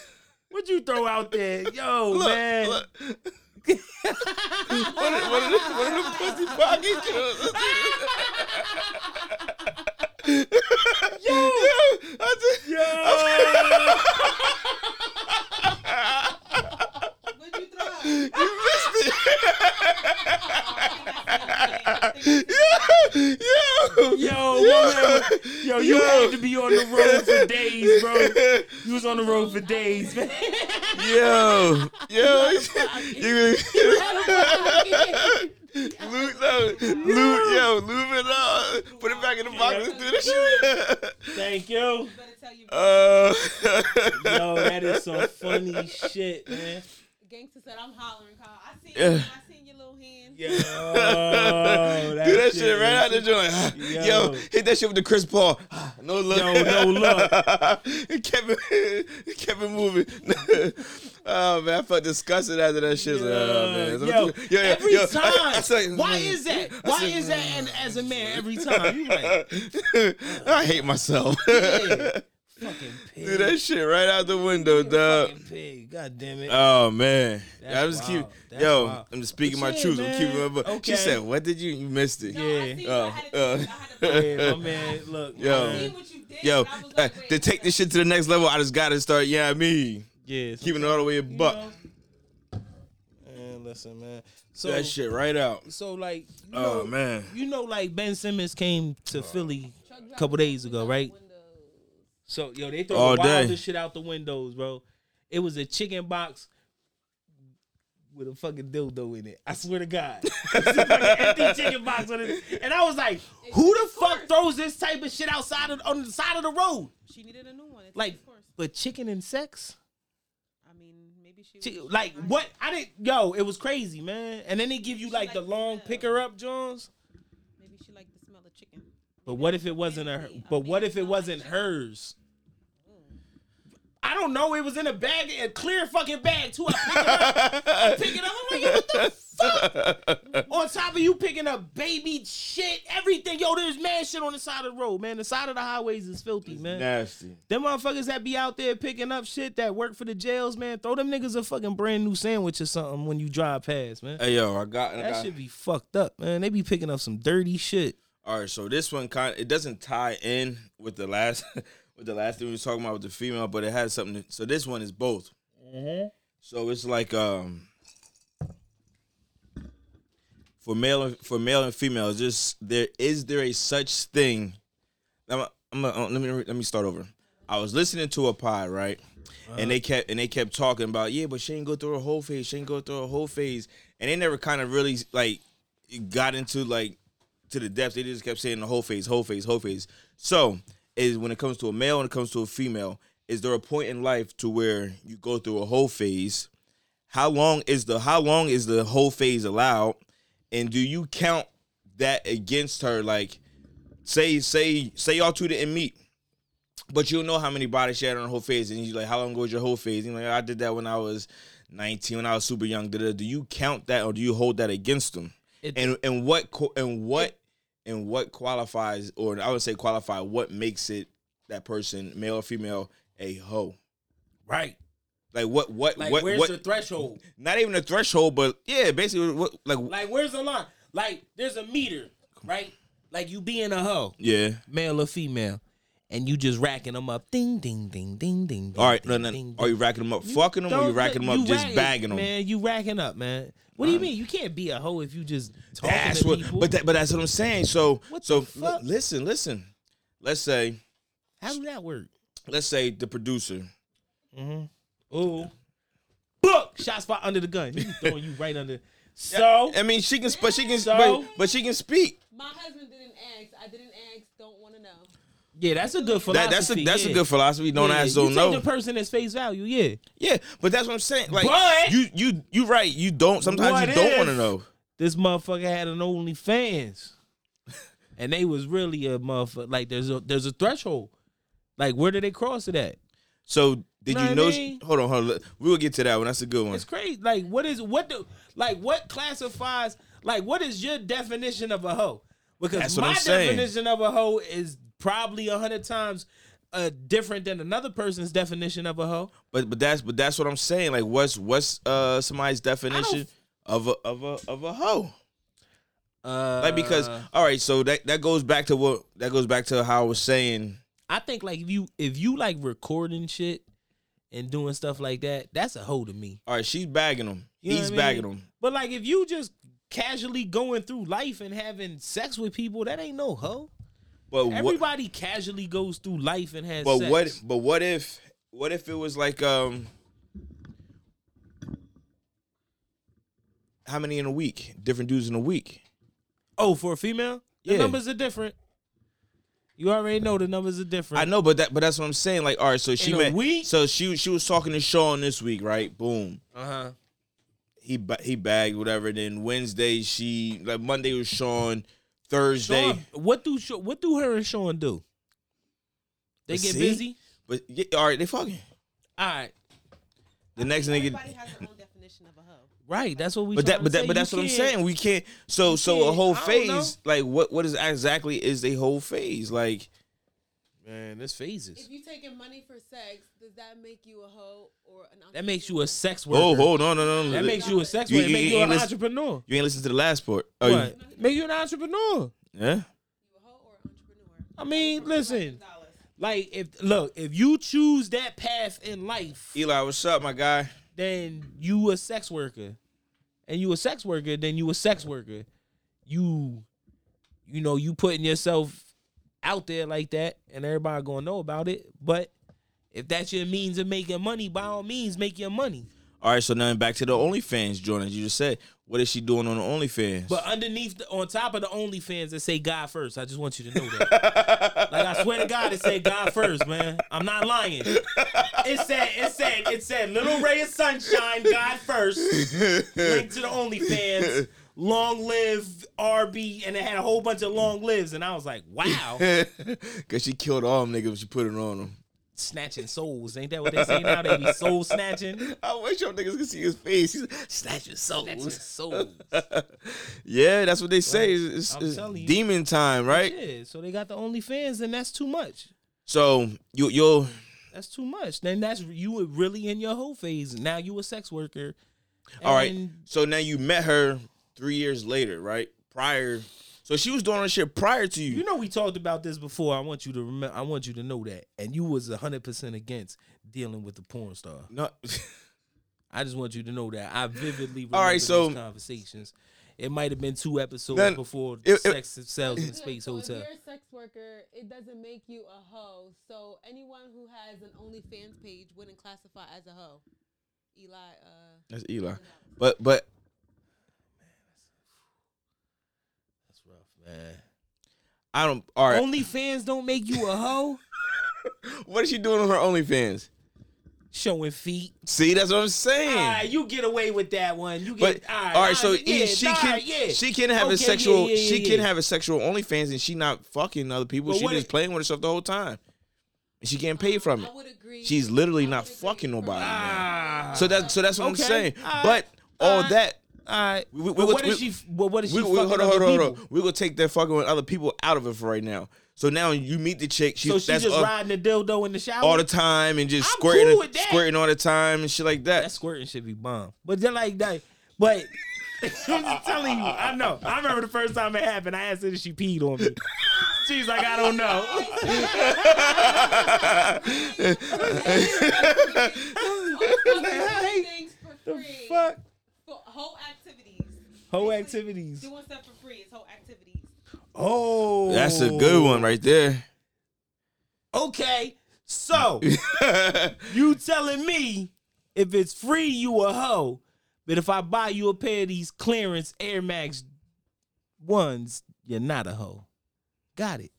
What you throw out there, yo, man?
Look. One of- one of them- one of them pussy pocket jokes. Yo, I just-
What'd you throw? out?
you missed it. Yo,
Yo, yo, yo, you had to be on the road for days, bro. You was on the road for days, man.
yo, yo, you loot, no, loot, yo, loot it up, put it back in the box and do this shit.
Thank you.
Better tell you.
Uh,
Yo, that is some funny shit, man.
Gangster said I'm hollering, Kyle. I seen.
Yeah.
I seen your little hand.
Yo, that
do that shit right out the joint. Yo.
Yo.
hit that shit with the Chris Paul. No look.
Yo, no look.
it kept it, it kept it moving. oh man, I felt disgusted after that shit. Like, oh, man.
Yo,
So-
every
yo, I-
time.
I- I said-
Why is that?
I mm,
Why
said,
is that? And as a man, every
mm.
time you like
I hate myself.
Yeah. fucking pig,
Do that shit right out the window, dog.
fucking pig. God damn it.
Oh man,
That's
I'm just keep
wild. That's
yo.
wild.
I'm just speaking
But
my
yeah,
truth. I'm keeping my
man.
book.
Okay.
She said, "What did you? You missed it."
No, I
Yeah.
seen you. I
Uh,
had to.
uh,
I had to.
yeah, my man. Look,
Yo.
I seen
man.
what you did.
Yo,
and I was
uh,
like, wait,
to take this shit to the next level, I just gotta start. Yeah, me
yeah. so-
keeping it all the way a buck.
Man, listen, man. So
That shit right out.
So like, you know,
Oh man. Oh.
you know, like Ben Simmons came to Philly a couple days ago, right? So yo, they throw
All
the wildest
day.
shit out the windows, bro. It was a chicken box with a fucking dildo in it. I swear to God, It's a fucking empty chicken box with it. And I was like, who the fuck throws this type of shit outside of, on the side of the road?
She needed a new one. It's
Like,
of course.
but chicken and sex.
I mean, maybe she.
Chi-
was-
Like what? I didn't. Yo, it was crazy, man. And then they give you like the
liked
long
the-
picker up, Johns.
Maybe she liked the smell of chicken.
But what if it wasn't her? But what if it wasn't hers? I don't know. It was in a bag, a clear fucking bag too. I pick it up, I pick it up. I'm like, yo, what the fuck? on top of you picking up baby shit, everything. Yo, there's mad shit on the side of the road, man. The side of the highways is filthy, man.
Nasty.
Them motherfuckers that be out there picking up shit that work for the jails, man. Throw them niggas a fucking brand new sandwich or something when you drive past, man.
Hey yo, I got. I
That
got
should be fucked up, man. They be picking up some dirty shit.
All right, so this one kind it doesn't tie in with the last with the last thing we was talking about with the female, but it has something. To, so this one is both. So it's like um for male for male and female, just there is there a such thing? I'm, I'm, uh, let me let me start over. I was listening to a pod right, and they kept and they kept talking about yeah, but she ain't go through a whole phase. She ain't go through a whole phase, and they never kind of really like got into like to the depths. They just kept saying the whole phase, whole phase, whole phase. So is when it comes to a male when it comes to a female, is there a point in life to where you go through a whole phase? How long is the how long is the whole phase allowed? And do you count that against her? Like say say say y'all two didn't meet. But you don't know how many bodies she had on her whole phase, and you like, how long ago was your whole phase? And you're like, I did that when I was 19, when I was super young. Da-da. Do you count that, or do you hold that against them? and and what qu- and what and what qualifies, or I would say qualify, what makes it that person, male or female, a hoe?
Right.
Like what what
Like,
what
where's
what?
the threshold?
not even a threshold, but yeah, basically what like,
Like, where's the line? Like, there's a meter, right? Like, you being a hoe,
yeah.
male or female, and you just racking them up. Ding, ding, ding, ding, ding.
All right,
ding,
no, no.
ding,
Are you
ding.
racking them up, fucking them, or you
Don't-
racking them up, just
rack-
bagging them?
Man, you racking up, man. What do you mean? You can't be a hoe if you just talking
That's
to
what,
people.
but that, but that's what I'm saying. So,
What
so
the fuck?
li- listen, listen. Let's say,
How do that work?
let's say the producer.
Oh, book shot spot under the gun. He throwing you right under. So
I mean, she can, sp- but she can,
So?
but, but she can speak.
My husband didn't ask. I didn't ask. Don't want to know.
yeah, that's a good philosophy.
That, that's a that's
yeah.
a good philosophy. Don't
Yeah,
ask,
you
don't
take
know.
the person as face value. Yeah,
yeah, but that's what I'm saying. Like
But-
you you you right. You don't. Sometimes
What
you don't
if-
want to know.
this motherfucker had an OnlyFans, and they was really a motherfucker. Like there's a there's a threshold. Like where do they cross it at?
So did
Know what
you
I
know?
mean?
Hold on, hold on. We will get to that one. That's a good one.
It's crazy. Like what is what do like what classifies like what is your definition of a hoe? Because
That's what
my
I'm saying.
definition of a hoe is probably a hundred times uh, different than another person's definition of a hoe.
But but that's but that's what I'm saying. Like what's what's uh somebody's definition of a of a of a hoe?
Uh,
Like because all right, so that that goes back to what that goes back to how I was saying.
I think like if you if you like recording shit and doing stuff like that, that's a hoe to me.
All right, she's bagging him.
You know
He's
what I mean?
bagging him.
But like if you just casually going through life and having sex with people, that ain't no hoe.
But what?
Everybody casually goes through life and has
But
sex.
what? But what if? What if it was like um? How many in a week? Different dudes in a week.
Oh, for a female? The
Yeah.
numbers are different. You already know the numbers are different.
I know, but that but that's what I'm saying. Like, all right, so she
In a
met.
week?
So she she was talking to Sean this week, right? Boom.
Uh-huh.
He ba- he bagged whatever. Then Wednesday she like Monday was Sean. Thursday,
Sean, what do Sha- what do her and Sean do? They
But
get
see?
busy?
but yeah, all right, they fucking.
All right.
The next nigga.
Everybody has their own definition of a hoe.
Right. That's what we
But that,
tryna
but
say.
that, but
You
that's what I'm
can't-
saying. We can't. So, so a
can't-
whole
I don't know.
phase, like, what, what is exactly is a whole phase? Like,
Man, this phases.
If you taking money for sex, does that make you a hoe or an?
That makes you a sex worker.
oh, hold on, no, no, no.
That makes you a sex
You-
worker.
you-
Make
you
you an
ain't listen-
entrepreneur.
You ain't listen to the last part. Oh, you-
What? Make you an entrepreneur.
yeah.
a hoe or an entrepreneur.
I mean, listen. Like if look, if you choose that path in life,
Eli, what's up, my guy?
then you a sex worker, and you a sex worker, then you a sex worker. You, you know, you putting yourself out there like that, and everybody gonna know about it. But if that's your means of making money, by all means, make your money.
All right, so now back to the OnlyFans, Jordan. You just said, what is she doing on the OnlyFans?
But underneath, the, on top of the OnlyFans that say God first, I just want you to know that. like I swear to God, it said God first, man. I'm not lying. It said, it said, it said, little ray of sunshine, God first. Link to the OnlyFans. long live RB, and it had a whole bunch of long lives, and I was like, wow,
Cause she killed all them niggas when she put it on them.
snatching souls. Ain't that what they say now? They be soul snatching.
I wish y'all niggas could see his face. He's like, snatching
Snatching
souls.
souls.
yeah, that's what they say. It's,
I'm
it's
telling you.
demon time, right?
Yeah, so they got the OnlyFans, and that's too much.
So you you'll
That's too much. Then that's you were really in your whole phase. Now you a sex worker.
all right.
And-
So now you met her three years later, right? Prior. So she was doing her shit prior to you.
You know we talked about this before. I want you to remember. I want you to know that, and you was hundred percent against dealing with the porn star.
no.
I just want you to know that I vividly remember
All right, so-
these conversations. It might have been two episodes
Then-
before
it- it-
Sex Sells in Space
so
Hotel.
If you're a sex worker, it doesn't make you a hoe. So anyone who has an OnlyFans page wouldn't classify as a hoe. Eli, uh,
That's Eli. But but
That's rough, man.
I don't. All right.
OnlyFans don't make you a hoe.
what is she doing on her OnlyFans?
Showing feet.
See, that's what I'm saying.
All right, you get away with that one. You
But
get
all right, so E- she can she can have a
Okay, yeah,
sexual
yeah, yeah,
she can
yeah.
have a sexual OnlyFans and she not fucking other people.
But
she
what
just
if-
playing with herself the whole time, and she getting paid from it.
I would agree.
She's literally
I
not
would agree
fucking
with her.
nobody. man. So that's so that's what
Ah. Okay, Ah.
I'm saying.
all
But
right,
all
all right.
that
all right.
we- we-
But
we-
what is
we-
she? But what is she?
we, we,
fucking
hold on, hold
other
on, hold
people?
on. We gonna take that fucking with other people out of it for right now. So now you meet the chick. She,
So she
that's
just
all,
riding the dildo in the shower
all the time and just
I'm
squirting,
cool with that.
squirting all the time and shit like that.
That squirting should be bomb. But they're like that. But I'm just telling you, I know. I remember the first time it happened. I asked her if she peed on me. She's like, I don't know.
Also,
Hey,
doing
hey,
things for free.
Fuck.
For whole activities.
Whole activities.
Doing stuff for free is whole activities.
Oh,
That's a good one right there.
Okay, so you telling me if it's free, you a hoe, but if I buy you a pair of these clearance Air Max ones, you're not a hoe. Got it.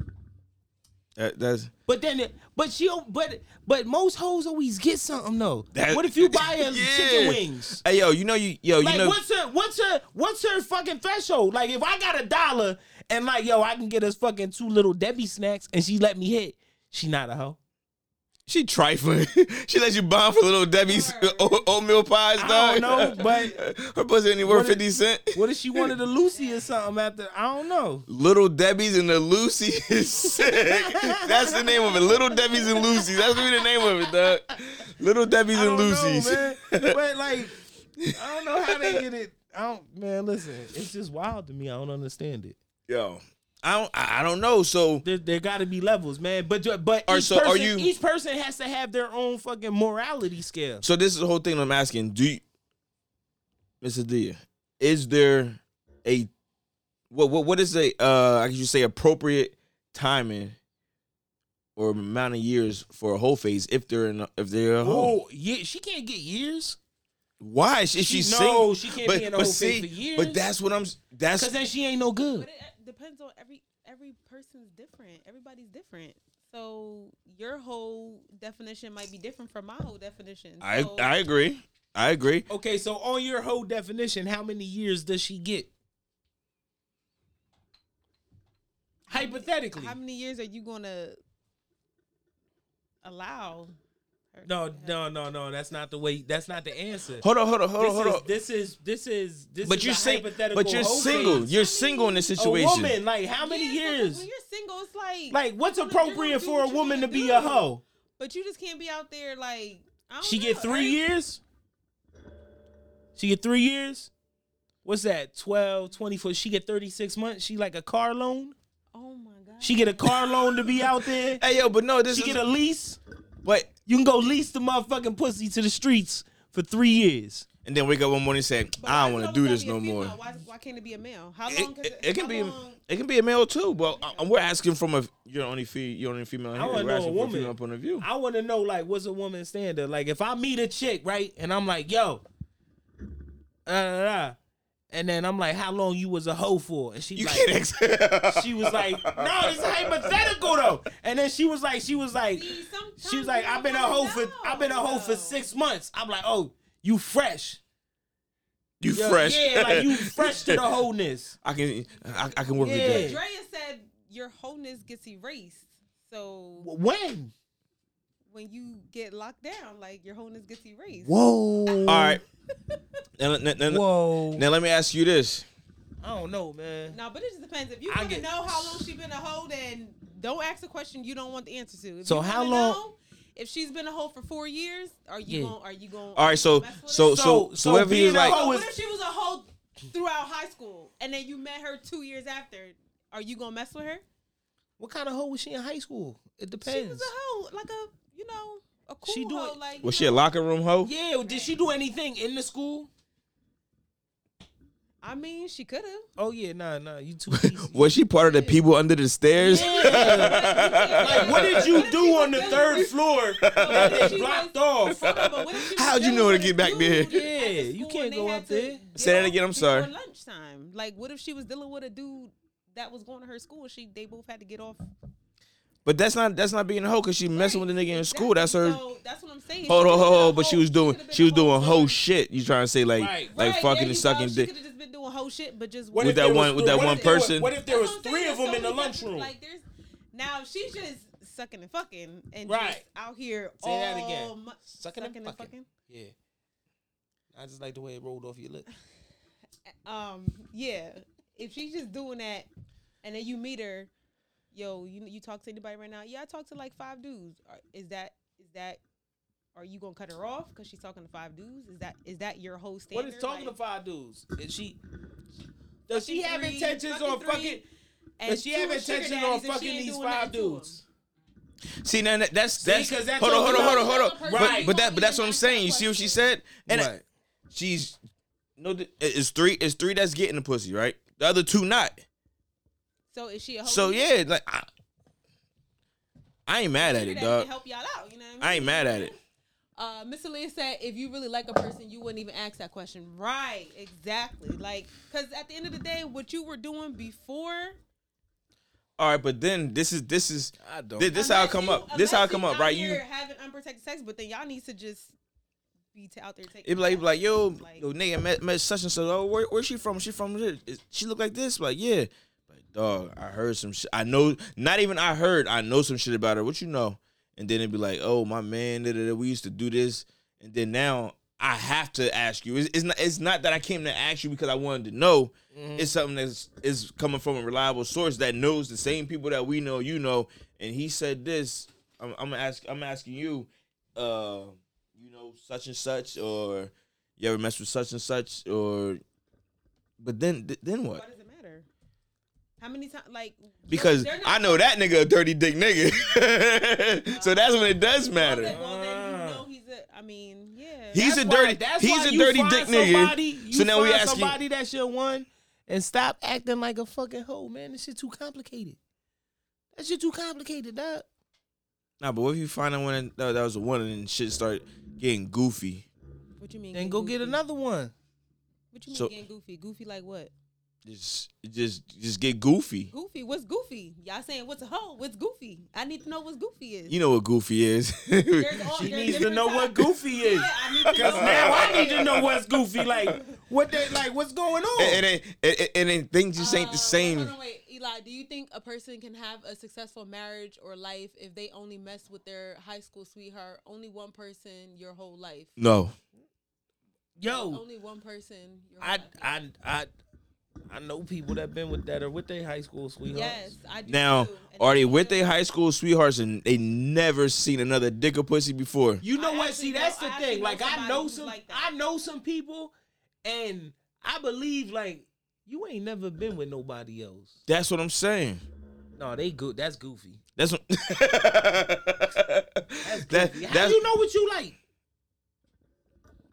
That- that's
But then, it- but she, don't- but but most hoes always get something though.
That-
what if you buy her
Yeah.
chicken wings?
hey yo, you know you yo,
Like
you know
what's her what's her what's her fucking threshold? Like if I got a dollar and like yo, I can get us fucking two little Debbie snacks and she let me hit, she not a hoe.
she trifling. she let you bomb for little Debbie's o- oatmeal pies, dog.
I don't know, but-
her pussy ain't worth
What if-
fifty cent.
What if she wanted a Lucy or something after? I don't know.
Little Debbie's and the Lucy is sick. That's the name of it. Little Debbie's and Lucy. That's gonna be the name of it, dog. Little Debbie's
I
and
don't
Lucy's.
know, man. But like, I don't know how they get it. I don't, man. Listen, it's just wild to me. I don't understand it.
Yo, I don't I I don't know. So
There, there got to be levels, man. But ju- but
All right,
each,
so are
person,
you-
each person has to have their own fucking morality scale.
so this is the whole thing I'm asking. Do you, Mr. D, is there a what what what is a uh I guess you say appropriate timing or amount of years for a whole phase if they're in a, if they're a whole
Oh yeah, she can't get years.
why is she, is she
She- no,
single?
she can't
but,
be in a
but
whole phase
see,
for years.
But that's what I'm that's
Cause then she ain't no good.
But it uh, depends on every every person's different. Everybody's different.
So your whole definition might be different from my whole definition.
I
So
I agree. I agree.
Okay, so on your whole definition, how many years does she get? Hypothetically,
how many years are you gonna allow? her
no,
to have-
no, no, no. That's not the way. That's not the answer.
Hold on, hold on, hold on,
This
Oh, hold
is,
on.
this is this is this
But
is
you're
a
saying,
hypothetical.
but you're
whole
single.
phase.
You're single in this
a
situation.
woman. Like how many
Yeah, because
years?
When you're single, it's like
Like what's
you're gonna
appropriate
do
for a
what you
woman to
wanna
be
do.
a hoe?
But you just can't be out there like I don't
She
know,
get three
every-
years. She get three years. What's that? 12, 24. She get 36 months. She like a car loan.
Oh my god.
She get a car loan to be out there.
Hey yo, but no, this
She
is
get a lease.
but
You can go lease the motherfucking pussy to the streets for three years.
and then wake up one morning and say,
But
I
why
don't want to
does it
do
always
this
gotta
no
be a
more.
female? Why, why can't it be a male? How
It,
long?
it, it can
how
be
long-
it can be a male too. Well, I- I- we're asking from a you're only fe, you're only female. Here.
wanna
We're
know a
asking from
woman.
female point of view.
I want to know like what's a woman's standard? Like if I meet a chick, right, and I'm like, yo, uh, and then I'm like, how long you was a hoe for? And she
You
like,
can't. Ex-
she was like, no, this is hypothetical though. And then she was like, she was like,
See, sometimes
she was like,
you
I've been a
don't
hoe for
know,
I've been a hoe for
though.
six months. I'm like, oh, you fresh.
You
Yo,
fresh.
Yeah, like you fresh to the wholeness.
I can I, I can work with
Yeah.
that.
Drea said your wholeness gets erased. So
W- When?
when you get locked down, like your wholeness gets erased.
All
Whoa.
right. Now, now- now-
Whoa.
now let me ask you this.
I don't know, man.
No, but it just depends. If you
I
want to
get-
know how long she's been a hoe, then don't ask a question you don't want the answer to. If
So
you
how
wanna
long-
know if she's been a hoe for four years, are you
Yeah.
going? Are you going?
All right, so so so
So- so
whoever
being
is
a
like
hoe
what if she was a hoe throughout high school and then you met her two years after? Are you gonna mess with her?
What kind of hoe was she in high school? It
She was
depends.
a hoe, like a you know a cool
She do
hoe.
it-
Like you
was she a
know,
locker room hoe?
Yeah, well, did she do anything in the school?
I mean, she could have.
Oh yeah, nah, nah. You too. easy.
Was she part of the people under the stairs?
like, what did you do on the third floor? that
if
they
she
blocked off.
was- but what if she was
How'd you
dealing
know to
with a
get back
dude
there?
at the
Yeah, you
school
can't
and they
go
had
up
to
there.
get
Say that
off
again, I'm
before
sorry.
Lunchtime. Like, what if she was dealing with a dude that was going to her school? She they both had to get off.
But that's not that's not being a hoe because she messing with a nigga in school. That's her.
So, that's what I'm saying.
Hold
She
on,
could've
hold
been a
on. But she
hoe-
was doing
could've been
she was
a
doing hoe
too.
shit. You trying to say like
Right,
like
Right,
fucking
there
and
you go.
sucking
She
dick?
could have just been doing whole shit, but just
What
With
if
that
there
one-
was
with that
three- what
one
if there was-
person?
What if there
That's
was
what I'm saying,
three of
there's
them
so
in the
many different-
lunchroom?
Like there's now if she's just sucking and fucking and just
Right.
out here
Say
all
that again.
mu-
Sucking and fucking. Yeah. I just like the way it rolled off your lips.
fucking. Um, yeah. If she's just doing that, and then you meet her, yo, you you talk to anybody right now? Yeah, I talk to like five dudes. Are- Is that is that? Are you gonna cut her off because she's talking to five dudes? Is that is that your whole standard?
What is talking
Like,
to five dudes? Is she? Does she
Fucking
have
three,
intentions
fucking
on
three,
fucking?
and
Does she
two
have
are sugar
intentions
daddies
on
and she
fucking
ain't
these
doing nothing
five
to 'em?
dudes?
See, now that- that's that's,
'cause that's
hold on, hold
what
on, hold
we
on, hold on. But,
Right.
but that but that's what I'm saying. You see what she said? And
Right.
she's no, di- it's three. It's three that's getting the pussy, right? The other two not.
So is she a hoe?
So yeah, like I, I ain't mad at
Sugar
it,
daddy
dog.
can help y'all out. You know what I mean?
I ain't mad at it.
Uh, Miss Aaliyah said, if you really like a person, you wouldn't even ask that question. Right, exactly. Like, because at the end of the day, what you were doing before.
All right, but then this is this is
I don't.
this, this how it
unless
come
you-
up. This how it
unless
come
you
up,
out
right?
here
You
having unprotected sex, but then y'all need to just be t- out there taking.
it be like it be like yo,
Like-
yo nigga met, met such and such. Oh, where where's she from? She from this. Is- She look like this. Like yeah, like dog. I heard some shit. I know not even I heard. I know some shit about her. What you know? And then it'd be like, oh my man, da, da, da, we used to do this. And then now I have to ask you. It's, it's not it's not that I came to ask you because I wanted to know. It's something that's is coming from a reliable source that knows the same people that we know. You know, and he said this. I'm, I'm ask I'm asking you. uh, you know, such and such, or you ever mess with such and such, or but then th- then
Why
what?
does it matter? How many times? Like
Because
they're not-
I know that nigga a dirty dick nigga, so that's when it does matter.
Well, then you know he's a. I mean, yeah.
He's a
That's why-
dirty,
that's
he's
why
a
you
dirty
find
dick
somebody-
nigga.
you
So now we
find
asking,
somebody that's your one, and stop acting like a fucking hoe, man. This shit too complicated. That shit too complicated, dog.
nah, but what if you find out when that, that was a one and then shit start getting goofy?
what you mean?
Then go
goofy?
get another one.
What you mean
So-
getting goofy? Goofy like what?
Just just just get goofy.
Goofy. What's goofy? Y'all saying what's a hoe? What's goofy? I need to know what's goofy is.
You know what goofy is.
There's all-
She
there's
needs to
different
know what
types.
Goofy is.
Yeah, I need to know.
Cause now I need to know what's Goofy like. What they like? What's going on?
and, and, and, and then things just ain't the
Uh,
same.
Wait, hold on, wait, Eli, do you think a person can have a successful marriage or life if they only mess with their high school sweetheart, only one person your whole life?
No,
Yo,
Only one person your whole
I,
life.
I, I, I know people that been with that are with their high school sweethearts.
yes, I do.
Now,
too. And
are they
I
with
do.
their high school sweethearts and they never seen another dick or pussy before?
You know
I
what? See,
actually know-
that's
I
the
actually
thing.
know
Like, I
somebody
know
who's
some,
like that.
I know some people, and I believe like you ain't never been with nobody else.
That's what I'm saying.
No, they good. That's goofy.
That's what. that's that,
How
that's,
you know what you like?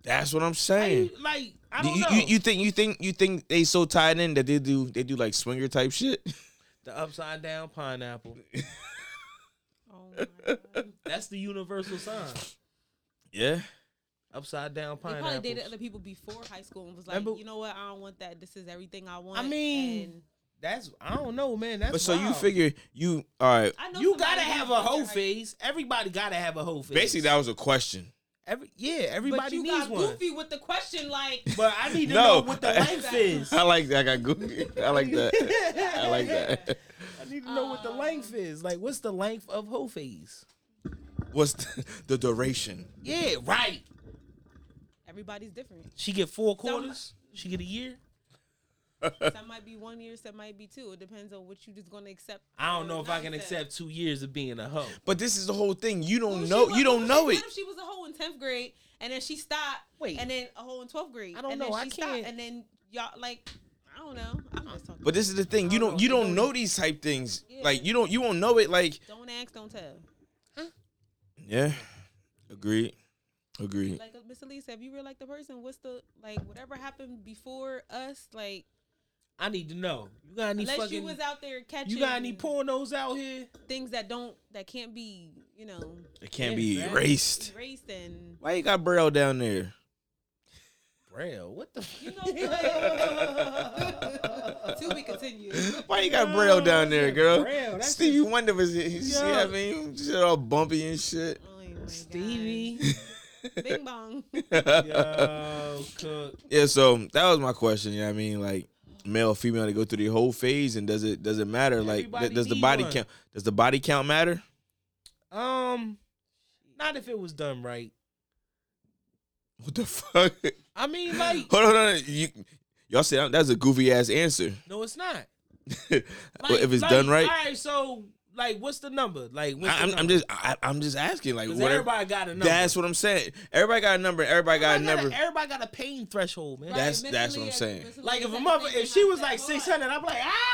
that's what I'm
How you,
saying.
like, I
Do
don't
you,
know.
you, you think you think you think they so tied in that they do they do like swinger type shit?
the upside down pineapple.
Oh my god.
That's the universal sign.
Yeah.
Upside down
They
pineapple.
probably dated other people before high school and was like,
Remember-
you know what? I don't want that. This is everything I want.
mean-
and
That's I don't know, man. That's
But so you
wild.
figure you all right.
I know
you
somebody
gotta
who's
have
with
a
their
whole
high-
face. Everybody gotta have a whole face.
Basically, that was a question.
Every yeah, everybody
but you
needs
got
one.
goofy with the question, like
But I need to
No.
know what the length is.
I like that. I got goofy. I like that. I like that.
I need to know what the length is. Like, what's the length of hoe phase?
What's the, the duration?
Yeah, right.
Everybody's different.
She get four quarters. She get a year.
Some might be one year, some might be two. It depends on what you just gonna accept.
I
or
don't know if
not
I can accept two years of being a hoe.
But this is the whole thing. You
What
don't
if
know.
Oh, she was-
You don't
what
know
if-
it.
What if she was a hoe in tenth grade and then she stopped?
Wait.
and then a hoe in twelfth grade.
I don't
and
know.
Then
I
she stopped,
can't-
And then y'all like, I don't know. I'm just talking.
But this is the thing. You don't. You don't know these type things.
Yeah.
Like you don't. You won't know it. Like
don't ask, don't tell.
yeah. Agreed. Agreed.
Like uh, Miss Elisa, if you were like the person, what's the like whatever happened before us? Like
I need to know. You got any
unless
fucking?
you was out there catching,
you got any pornos out here?
things that don't that can't be you know
It can't be
exactly.
erased.
erased and
Why you got braille down there?
Braille. What the? F-
you know. Like, till we continue.
Why you got braille down there, girl?
Oh, Braille, that's
Stevie Wonder was. You see
Yo.
what I mean? Shit all bumpy and shit.
Oh my gosh.
Stevie.
Bing bong.
Yo, cook.
Yeah, so that was my question. You know what I mean? Like male, female, they go through the whole phase and does it does it matter? Like
Everybody
th- does the
need
body
one.
count does the body count matter?
Um, not if it was done right.
What the fuck? hold
I mean, like,
on, hold on. You y'all said that- that's a goofy ass answer.
no, it's not.
Well,
Like,
if it's
like,
done right.
All right, so like, what's the number? Like, what's
I,
the
I'm, I'm
number?
just I, I'm just asking like
'Cause
whatever.
everybody got a number.
That's what I'm saying. Everybody got a number. Everybody got a
Everybody
number.
got a- everybody got a pain threshold, man.
That's that's what I'm saying.
Like if a mother, if she was like six hundred, I'm like ah,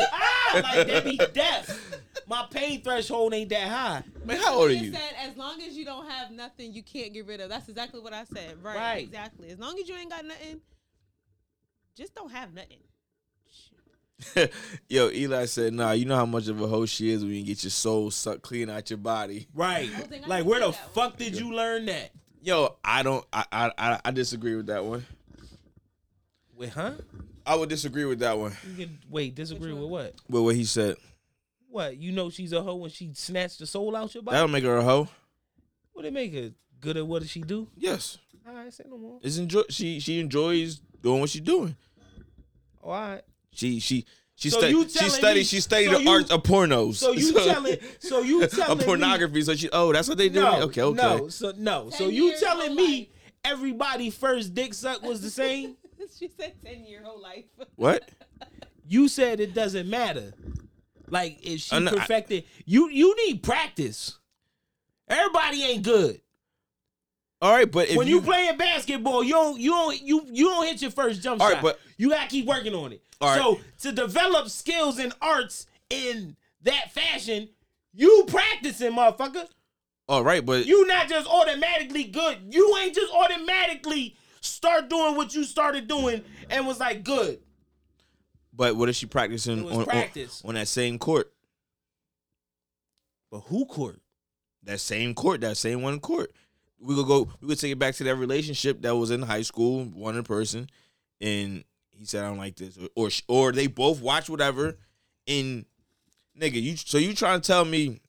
ah, like that be death. My pain threshold ain't that high.
Man, how old are you?
said, as long as you don't have nothing, you can't get rid of. That's exactly what I said. Right.
Right.
Exactly. As long as you ain't got nothing,
Just don't have nothing.
Yo, Eli said, "Nah, you know how much of a hoe she is when you get your soul sucked clean out your body."
Right.
think I
Like
can
where
see
the
that one.
fuck did you learn that?
Yo, I don't. I I I, I disagree with that one.
Wait, huh?
I would disagree with that one.
You can wait. Disagree with what?
With what he said.
What you know? She's a hoe when she snatched the soul out your body.
That'll make her a hoe.
What it make her good at? What does she do?
Yes.
All right, say no more.
It's enjoy she she enjoys doing what she's doing.
Oh, all right.
She she she
So
studied
you
she
telling
studied
me-
she studied
so
the
you-
arts of pornos.
So you telling? So you telling
of
me-
pornography. So she oh that's what they do.
No,
okay, okay.
No, so no. So
Ten
you
years
telling
of
me
life.
everybody first dick suck was the same?
she said ten year whole life.
What?
You said it doesn't matter. Like if she
Uh, no, I-
perfected, you you need practice. Everybody ain't good.
All right, but if
when you, playing basketball, you don't you don't you you don't hit your first jump
All right,
shot.
but-
you gotta keep working on it.
All
so
right.
to develop skills and arts in that fashion, you practicing, motherfucker.
all right, but
You not just automatically good. You ain't just automatically start doing what you started doing and was like good.
but what is she practicing
It was
on, on-
practice.
on that same court?
But who court?
That same court, that same one court. We could go we could take it back to that relationship that was in high school, one person, and he said I don't like this. Or or, sh- or they both watch whatever and nigga, you so you trying to tell me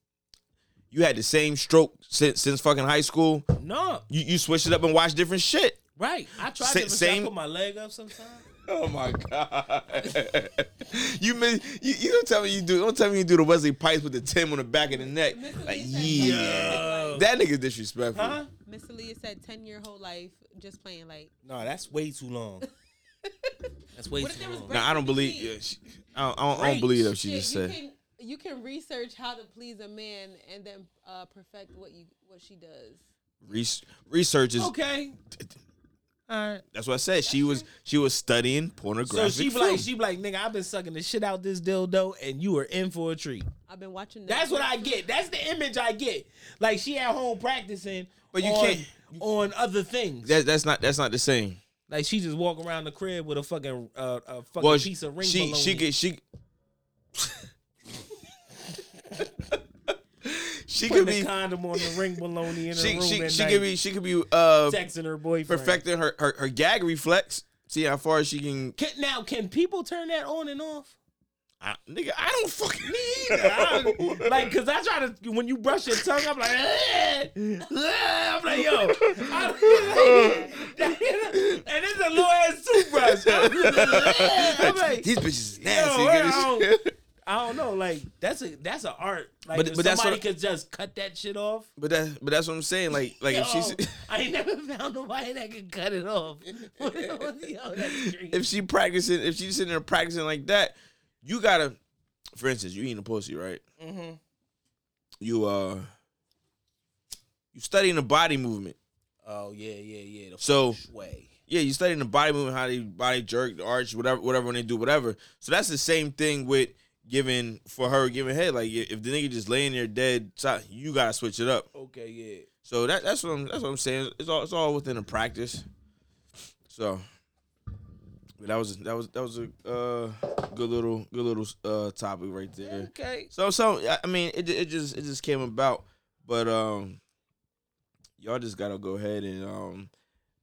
you had the same stroke since since fucking high school?
No,
You you switched it up and watched different shit.
right. I tried
Sa-
to same.
same-
put my leg up sometimes.
Oh my god! you miss, you you don't tell me you do don't tell me you do the Wesley Pipes with the Tim on the back of the neck. Like yeah, that nigga disrespectful.
Huh?
Miss Aaliyah said ten year whole life, just playing like.
No, that's way too long. That's way
What if
too
there was
long.
break-
Nah, I don't believe. Yeah, she, I, don't, I, don't, I don't believe that she
Yeah,
just
you
said.
Can, you can research how to please a man and then uh, perfect what you what she does.
Res- research is
Okay. All right.
that's what I said. She was she was studying
So
pornographic.
she be
film.
like, she be like, nigga, I've been sucking the shit out this dildo, and you are in for a treat.
I've been watching.
That's what
Netflix.
I get. That's the image I get. Like she at home practicing,
But you
on-
can't-
on other things.
that, that's not that's not the same.
Like she just walk around the crib with a fucking uh, a fucking
Well,
piece of ring.
she she
baloney.
could she. She
putting
could be
a condom on the ring baloney in her
she
room
she
at
she
night,
could be she could be uh
texting her boyfriend.
perfecting her, her her gag reflex. See how far she can.
Can, now, can people turn that on and off?
I, nigga, I don't fucking need
I- like, cause I try to when you brush your tongue, I'm like, "Eh, eh." I'm like, yo, I- and it's a little ass toothbrush. I'm, like,
These bitches is
yo,
nasty.
I,
nigga.
don't, I don't know. Like, that's a that's an art. Like,
But-
if
but that's
somebody
what-
could just cut that shit off.
but that, but that's what I'm saying. Like, like
Yo,
if she's
Oh, I ain't never found nobody that could cut it off. Oh, yo, that's crazy.
if she practicing, if she's sitting there practicing like that, you gotta. For instance, you eating a pussy, right? Mm-hmm. You uh, you studying the body movement.
oh yeah, yeah, yeah. The
So-
feng shui.
Yeah, you studying the body movement, how they body jerk, the arch, whatever, whatever, when they do whatever. So that's the same thing with giving for her giving head. Like if the nigga just laying there dead, so- you gotta switch it up.
okay, yeah.
So that that's what I'm that's what I'm saying. It's all it's all within the practice. So but that was that was that was a uh, good little good little uh, topic right there.
Okay.
So so I- I mean it ju- it just it just came about, but um y'all just gotta go ahead and um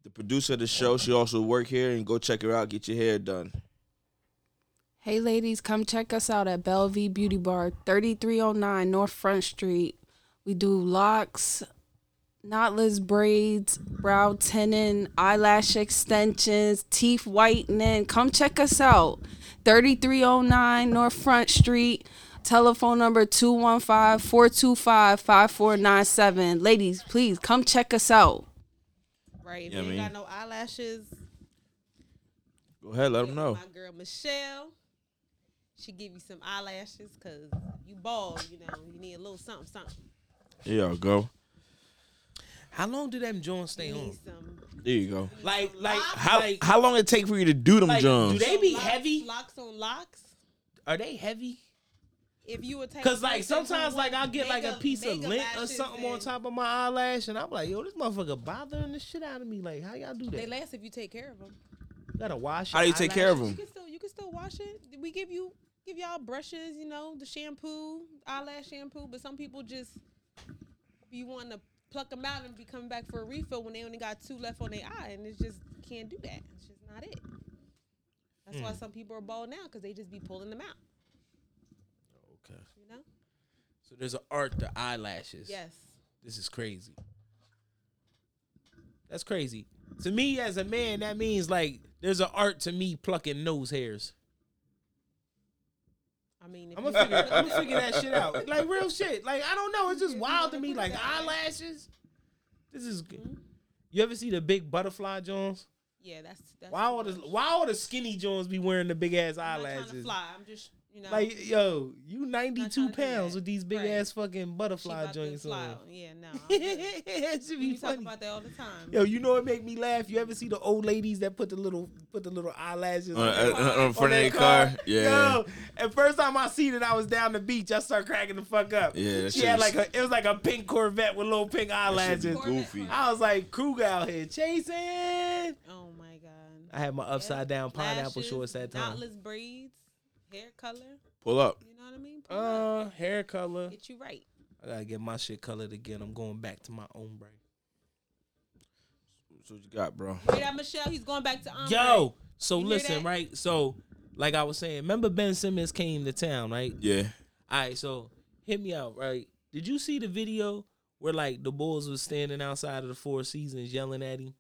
the producer of the show she also work here and go check her out get your hair done.
Hey, ladies, come check us out at Bellevue Beauty Bar, 3309 North Front Street. We do locks, knotless braids, brow tinning, eyelash extensions, teeth whitening. Come check us out. 3309 North Front Street. Telephone number 215 425 5497. Ladies, please come check us out.
Right. If
Yeah,
you ain't
man.
got no eyelashes,
Go ahead, let them
hit
know.
My girl Michelle, she give you some eyelashes because you bald. You know, you need a little something, something.
There y'all go.
How long do them joints stay
You
on?
need some.
There you go.
Like, like,
How
like,
how long it take for you to do them
like,
drums?
do they be
locks-
heavy?
Locks on locks.
Are they heavy?
If you would take.
Cause like
person who
sometimes like I'll get like a
mega-
piece of
mega
lint or
lashes
something on
and
top of my eyelash, and I'm like, yo, this motherfucker bothering the shit out of me. Like, how y'all do
They
that?
last if you take care of them.
gotta wash.
How do you take care of
You
them?
can still you can still wash it. We give you give y'all brushes, you know, the shampoo, eyelash shampoo. But some people just you want to pluck them out and be coming back for a refill when they only got two left on their eye, and it's just can't do that. It's just not it. That's
Hmm.
why some people are bald now because they just be pulling them out.
Okay.
You know?
So there's an art to eyelashes.
Yes.
This is crazy. That's crazy. To me, as a man, that means like there's an art to me plucking nose hairs.
I mean, if
I'm
you-
gonna figure, I'm gonna figure that shit out. Like real shit. Like I don't know. It's just wild to me. Like eyelashes. This is. good. You ever see the big butterfly Jones?
yeah, that's that's.
Why all the Why all the skinny Jones be wearing the big ass
I'm not trying to
eyelashes?
fly. I'm just you know.
Like yo, you
trying
ninety-two
to do that.
pounds with these big
Right.
ass fucking
she
butterfly
about to
joints
fly
on.
out. Yeah, no. I'm good.
That should be
you talk
funny.
about that all the time.
Yo, you know it make me laugh. You ever see the old ladies that put the little put the little eyelashes
On-
their
uh,
car-
on front of
their
their car? Yeah.
Yo, and first time I seen it, I was down the beach. I started cracking the fuck up.
Yeah, that
She
shit
had
was-
like a it was like a pink Corvette with little pink eyelashes.
goofy.
I was like Kruger out here chasing. I
Oh my god.
had my upside down pineapple
Lashes,
shorts that time.
Knotless braids, hair color.
Pull up.
You know what I mean? Pull up.
Uh, hair color.
Get you right.
I gotta get my shit colored again. I'm going back to my own brain.
That's what you got, bro.
Hear that, Michelle? He's going back to um.
Yo, so
You hear
listen,
that?
right? So, like I was saying, remember Ben Simmons came to town, right?
Yeah.
All right, so hit me out, right? Did you see the video where like the Bulls was standing outside of the Four Seasons yelling at him?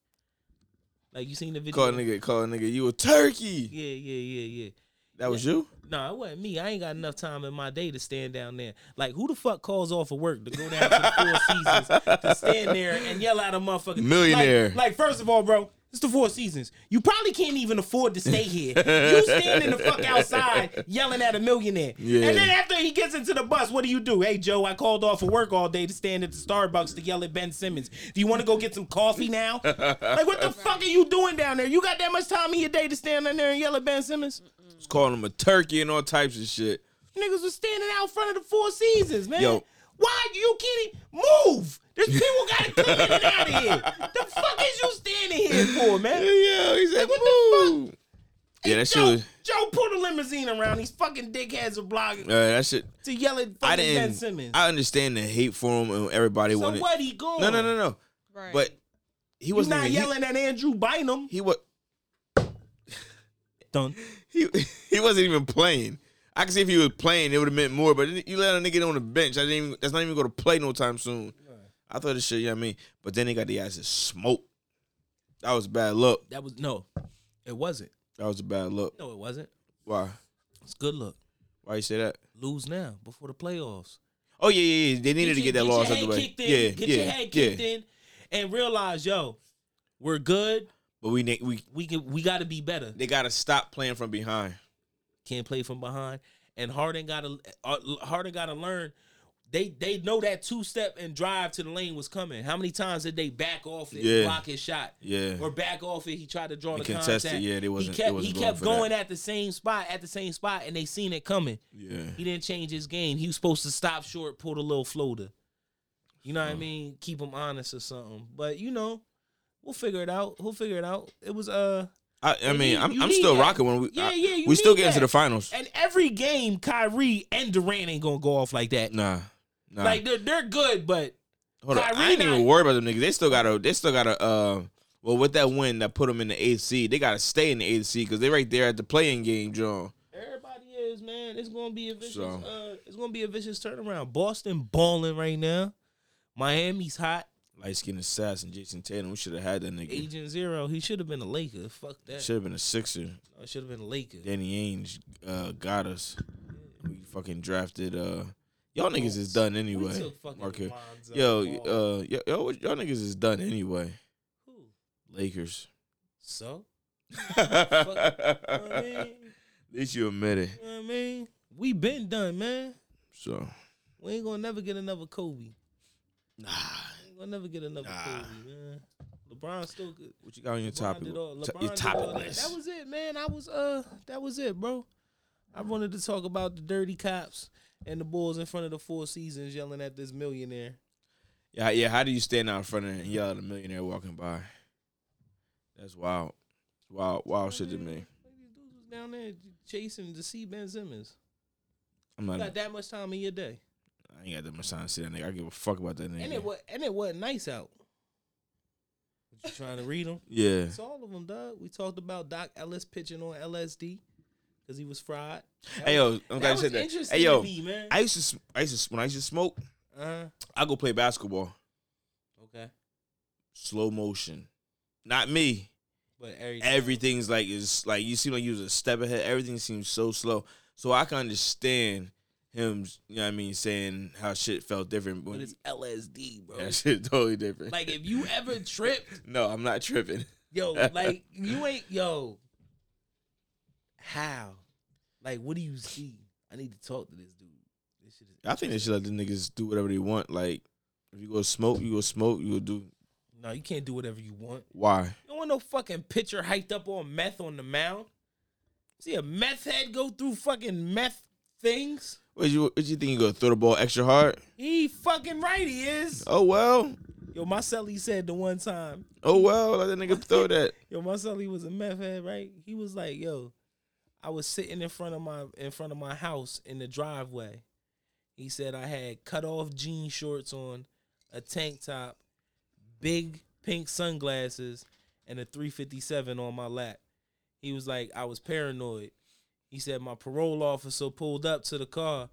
Like you seen the video?
Call a nigga, call a nigga, you a turkey.
Yeah, yeah, yeah, yeah.
That was you?
No, it wasn't me. I ain't got enough time in my day to stand down there. Like, who the fuck calls off of work to go down to the Four Seasons to stand there and yell at a motherfucker?
Millionaire.
Like, like, first of all, bro, it's the Four Seasons. You probably can't even afford to stay here. You standing the fuck outside yelling at a millionaire.
Yeah.
And then after he gets into the bus, what do you do? Hey, Joe, I called off of work all day to stand at the Starbucks to yell at Ben Simmons. Do you want to go get some coffee now? like, what the fuck are you doing down there? You got that much time in your day to stand in there and yell at Ben Simmons?
Was calling him a turkey and all types of shit.
Niggas was standing out front of the Four Seasons, man.
Yo.
Why you kidding? Move! There's people gotta come in and out of here. The fuck is you standing here for, man?
Yeah, he said,
Like, what the
"Move." Yeah, that shit
Joe,
was.
Joe pulled a limousine around. These fucking dickheads are blocking
Uh, that shit.
to yell at fucking
I
Ben
didn't.
Simmons.
I understand the hate for him and everybody
so
wanted.
what he going?
No, no, no, no.
Right.
But he
He's
wasn't
not
even,
yelling at Andrew Bynum.
He, he wa-
Done.
he he wasn't even playing. I can see if he was playing, it would have meant more. But you let a nigga on the bench. I didn't. Even, that's not even going to play no time soon. I thought this shit. You know what I mean? But then they got the asses smoked. That was bad luck.
That was no, it wasn't.
That was a bad look.
No, it wasn't.
Why?
It's good look.
Why you say that?
Lose now before the playoffs.
Oh yeah, yeah, yeah. They needed to get that loss out
your
the
head
way.
kicked in.
Yeah,
get your
yeah,
head
yeah.
kicked in, and realize, yo, we're good.
But we ne- we
We can we got to be better.
they got to stop playing from behind.
Can't play from behind, and Harden got to Harden got to learn. They they know that two step and drive to the lane was coming. How many times did they back off and
Yeah.
block his shot?
Yeah.
or back off it. He tried to draw
He
the
contested,
contact.
yeah, they wasn't-
he
they
kept
wasn't
he
going
kept
for that.
going at the same spot at the same spot, and they seen it coming.
Yeah.
He didn't change his game. He was supposed to stop short, pull the little floater. You know what I
Huh.
mean? Keep him honest or something. But you know, we'll figure it out. We'll figure it out. It was uh.
I, I
you
mean,
need-
I'm,
you
I'm
need
still
that.
rocking when we
Yeah,
I-
yeah, you
we still
need
get into
that.
the finals.
And every game, Kyrie and Durant ain't gonna go off like that.
Nah, nah.
Like they're they're good, but
Hold on, I
Kyrie
ain't even
not-
worried about them niggas. They still gotta, they still gotta. Uh, well, with that win that put them in the eighth seed, they gotta stay in the eighth seed because they right there at the playing game, John.
everybody is man. It's gonna be a vicious.
So.
Uh, it's gonna be a vicious turnaround. Boston balling right now. Miami's hot.
Light skinned assassin Jason Tatum. We should have had that nigga.
Agent Zero. He should have been a Laker. Fuck that.
Should have been a Sixer.
No, it should have been a Laker.
Danny Ainge uh, got us. We fucking drafted. uh Y'all niggas is done anyway.
Oh, took fucking
Marquette.
Lonzo
Yo,
Ball.
uh, yo, yo, y'all niggas is done anyway. Lakers.
So. I mean?
At least you admit it.
You know what I mean? We been done, man.
So
We ain't gonna never get another Kobe. Nah. We ain't gonna never get another Kobe, man. LeBron still good.
what you got on your
LeBron
topic?
did all-
T-
LeBron
your
did
topic
all that.
list.
That was it, man. I was uh that was it, bro. I wanted to talk about the dirty cops and the Bulls in front of the four seasons yelling at this millionaire.
yeah, yeah. How do you stand out in front of and yell at a millionaire walking by? That's wild. Wild, wild shit to
Mm-hmm.
me.
Dudes was down there chasing to see Ben Simmons.
I'm
You
not.
got that much time in your day.
I ain't got that much time to see that nigga. I give a fuck about that nigga.
And it was and it wasn't nice out. What you trying to read them?
yeah.
It's all of them, dog. We talked about Doc Ellis pitching on LSD because he was fried. That
Hey yo,
was-
I'm glad you
was
said that.
interesting
Hey yo,
to me, man.
I used to, sm- I used to, when I used to smoke,
uh-huh.
I go play basketball,
Okay,
slow motion. Not me.
but every
Everything's like is like you seem like you was a step ahead. Everything seems so slow. So I can understand him. You know what I mean? Saying how shit felt different.
but
When
it's LSD, bro.
that shit totally different.
like if you ever tripped,
no, I'm not tripping.
yo, like you ain't yo. How? Like, what do you see? I need to talk to this dude. This shit is
I think they should let the niggas do whatever they want. Like if you go smoke, you go smoke. You go do
no. You can't do whatever you want.
why?
You don't want no fucking pitcher hiked up on meth on the mound. See a meth head go through fucking meth things.
What you what you think you gonna throw the ball extra hard?
He fucking right, he is.
Oh well,
Yo, my celly said the one time.
oh well. Let the nigga throw that.
Yo, my celly was a meth head, right? He was like, yo, I was sitting in front of my in front of my house in the driveway. He said I had cut off jean shorts on, a tank top, big pink sunglasses, and a 357 on my lap. He was like, I was paranoid. He said my parole officer pulled up to the car.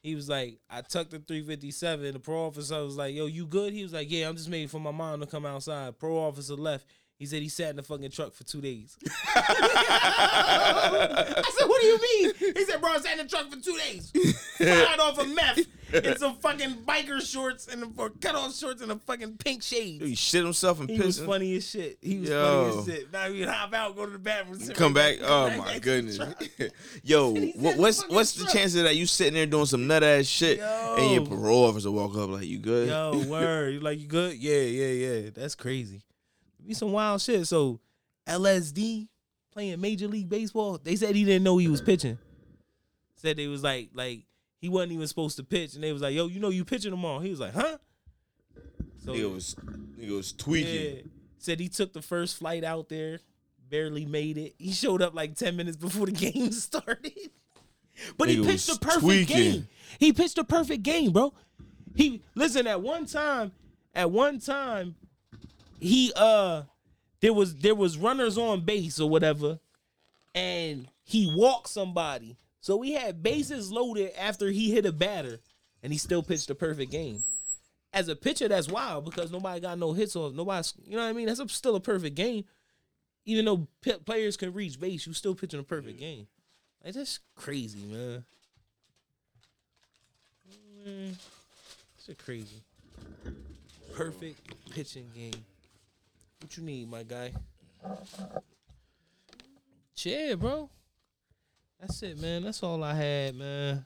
He was like, I tucked the 357. The parole officer was like, Yo, you good? He was like, Yeah, I'm just waiting for my mom to come outside. Parole officer left. He said he sat in the fucking truck for two days. I said, What do you mean? He said, Bro, I sat in the truck for two days. Fired off a meth in some fucking biker shorts and a, or cut off shorts and a fucking pink shades.
Yo, He shit himself and
He
pissed.
was
him-
funny as shit. He was funny
Yo.
as shit. Now he'd hop out, go to the bathroom, sit
Come
right
back. Oh
back
my
to the
goodness.
truck.
Yo,
And he
what,
said
what's
fucking
what's the
truck.
chance of that you sitting there doing some nut ass shit and your
Yo.
parole officer walk up like you good?
Yo, word. You like you good? Yeah, yeah, yeah. That's crazy. Be some wild shit. So LSD playing Major League Baseball. They said he didn't know he was pitching. Said they was like, like he wasn't even supposed to pitch, and they was like, "Yo, you know you pitching tomorrow." He was like, "Huh?" So
Nigga was nigga was
yeah,
tweaking.
said he took the first flight out there, barely made it. He showed up like ten minutes before the game started, but he
Nigga
pitched
was
a perfect
tweaking.
game. He pitched a perfect game, bro. He listen at one time, at one time, he uh, there was there was runners on base or whatever, and he walked somebody. So we had bases loaded after he hit a batter, and he still pitched a perfect game. As a pitcher, that's wild because nobody got no hits on nobody's. You know what I mean? That's a, still a perfect game, even though p- players can reach base. You still pitching a perfect game. Like that's crazy, man. Man, shit crazy. Perfect pitching game. What you need, my guy? Chill, bro. That's it, man. That's all I had, man.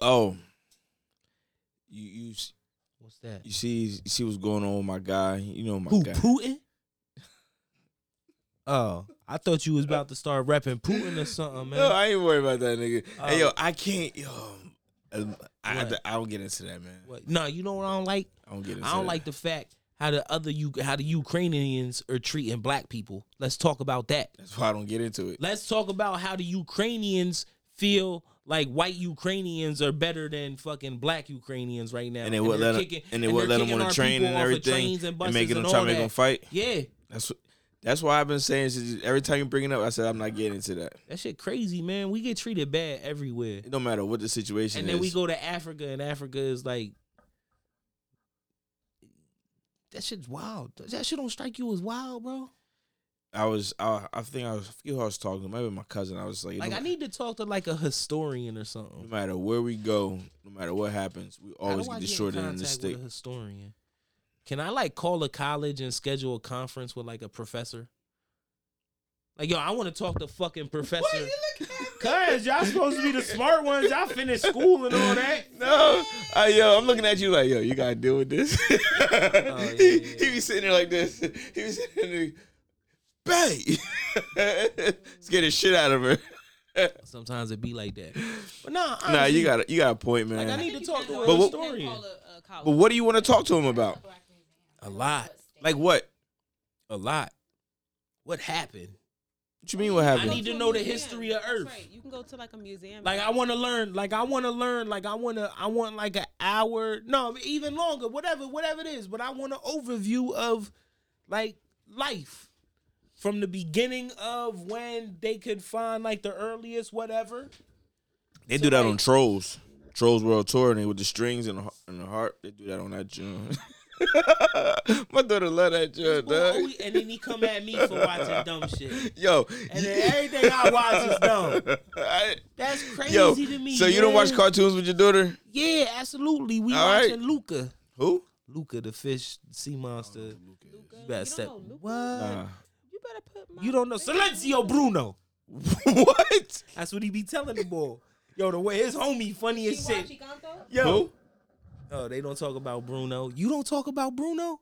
Oh, you you s-
What's that?
you see you see what's going on with my guy. You know my
Who
guy.
Putin? Oh, I thought you was about to start repping Putin or something, man.
No, I ain't worried about that nigga.
Oh.
hey, yo, I can't. Yo, um, I, I,
What?
I don't get into that, man.
What? No, you know what I don't like?
I don't get into
I don't
that.
like the fact how the other you how the Ukrainians are treating black people. Let's talk about that.
That's why I don't get into it.
Let's talk about how the Ukrainians feel like white Ukrainians are better than fucking black Ukrainians right now.
And they would
they're
let them.
kicking-
And they
they're
would let them
kicking
on the
our
train
people
and
off of
everything,
trains and,
and
buses
making them
and
try
all
to make them
that.
fight.
Yeah,
That's what. That's why I've been saying since every time you bring it up, I said I'm not getting into that.
that shit crazy, man. We get treated bad everywhere.
It don't matter what the situation
and
is.
then we go to Africa, and Africa is like that shit's wild. That shit don't strike you as wild, bro.
I was. I, I think I was. I forget who I was talking to. Maybe my cousin. I was like,
Like
no,
I need to talk to like a historian or something.
no matter where we go, no matter what happens, we
How do
always
I
get the
in
short end of the
contact
stick.
With a historian. Can I like call a college and schedule a conference with like a professor? Like yo, I want to talk to fucking professor. Cause y'all supposed to be the smart ones. Y'all finished school and all that.
No, uh, yo, I'm looking at you like, yo, you gotta deal with this.
Oh,
he, he be sitting there like this. He be sitting there, bae. Scared the shit out of her.
Sometimes it be like that. But nah,
nah,
honestly,
you got a, you got a point, man.
Like I need to talk to a
But what-
historian.
but what do you want to talk to him about?
A lot,
Like what?
a lot. What happened?
What you mean? What
I
happened?
need to know the history of Earth.
Right, you can go to like a museum.
Like I want to learn. Like I want to learn. Like I want to. I want like an hour. No, even longer. Whatever. Whatever it is. But I want an overview of like life from the beginning of when they could find like the earliest whatever.
they do that on Trolls, Trolls World Tour, and they with the strings and the, har- and the harp. They do that on that joint. My daughter love that joint, dog.
Oh, and then he come at me for watching dumb shit.
Yo,
And then everything I watch is dumb.
I-
That's crazy
yo.
to me.
So you don't
yeah.
watch cartoons with your daughter?
Yeah, absolutely. We
All right.
watching Luca.
Who?
Luca the fish, sea monster. Luca. You better step. What?
Nah.
You better put my.
You don't know Silencio Bruno.
what?
That's what he be telling the boy. Yo, the way his homie funny as shit. Yo.
Who?
Oh, they don't talk about Bruno. You don't talk about Bruno?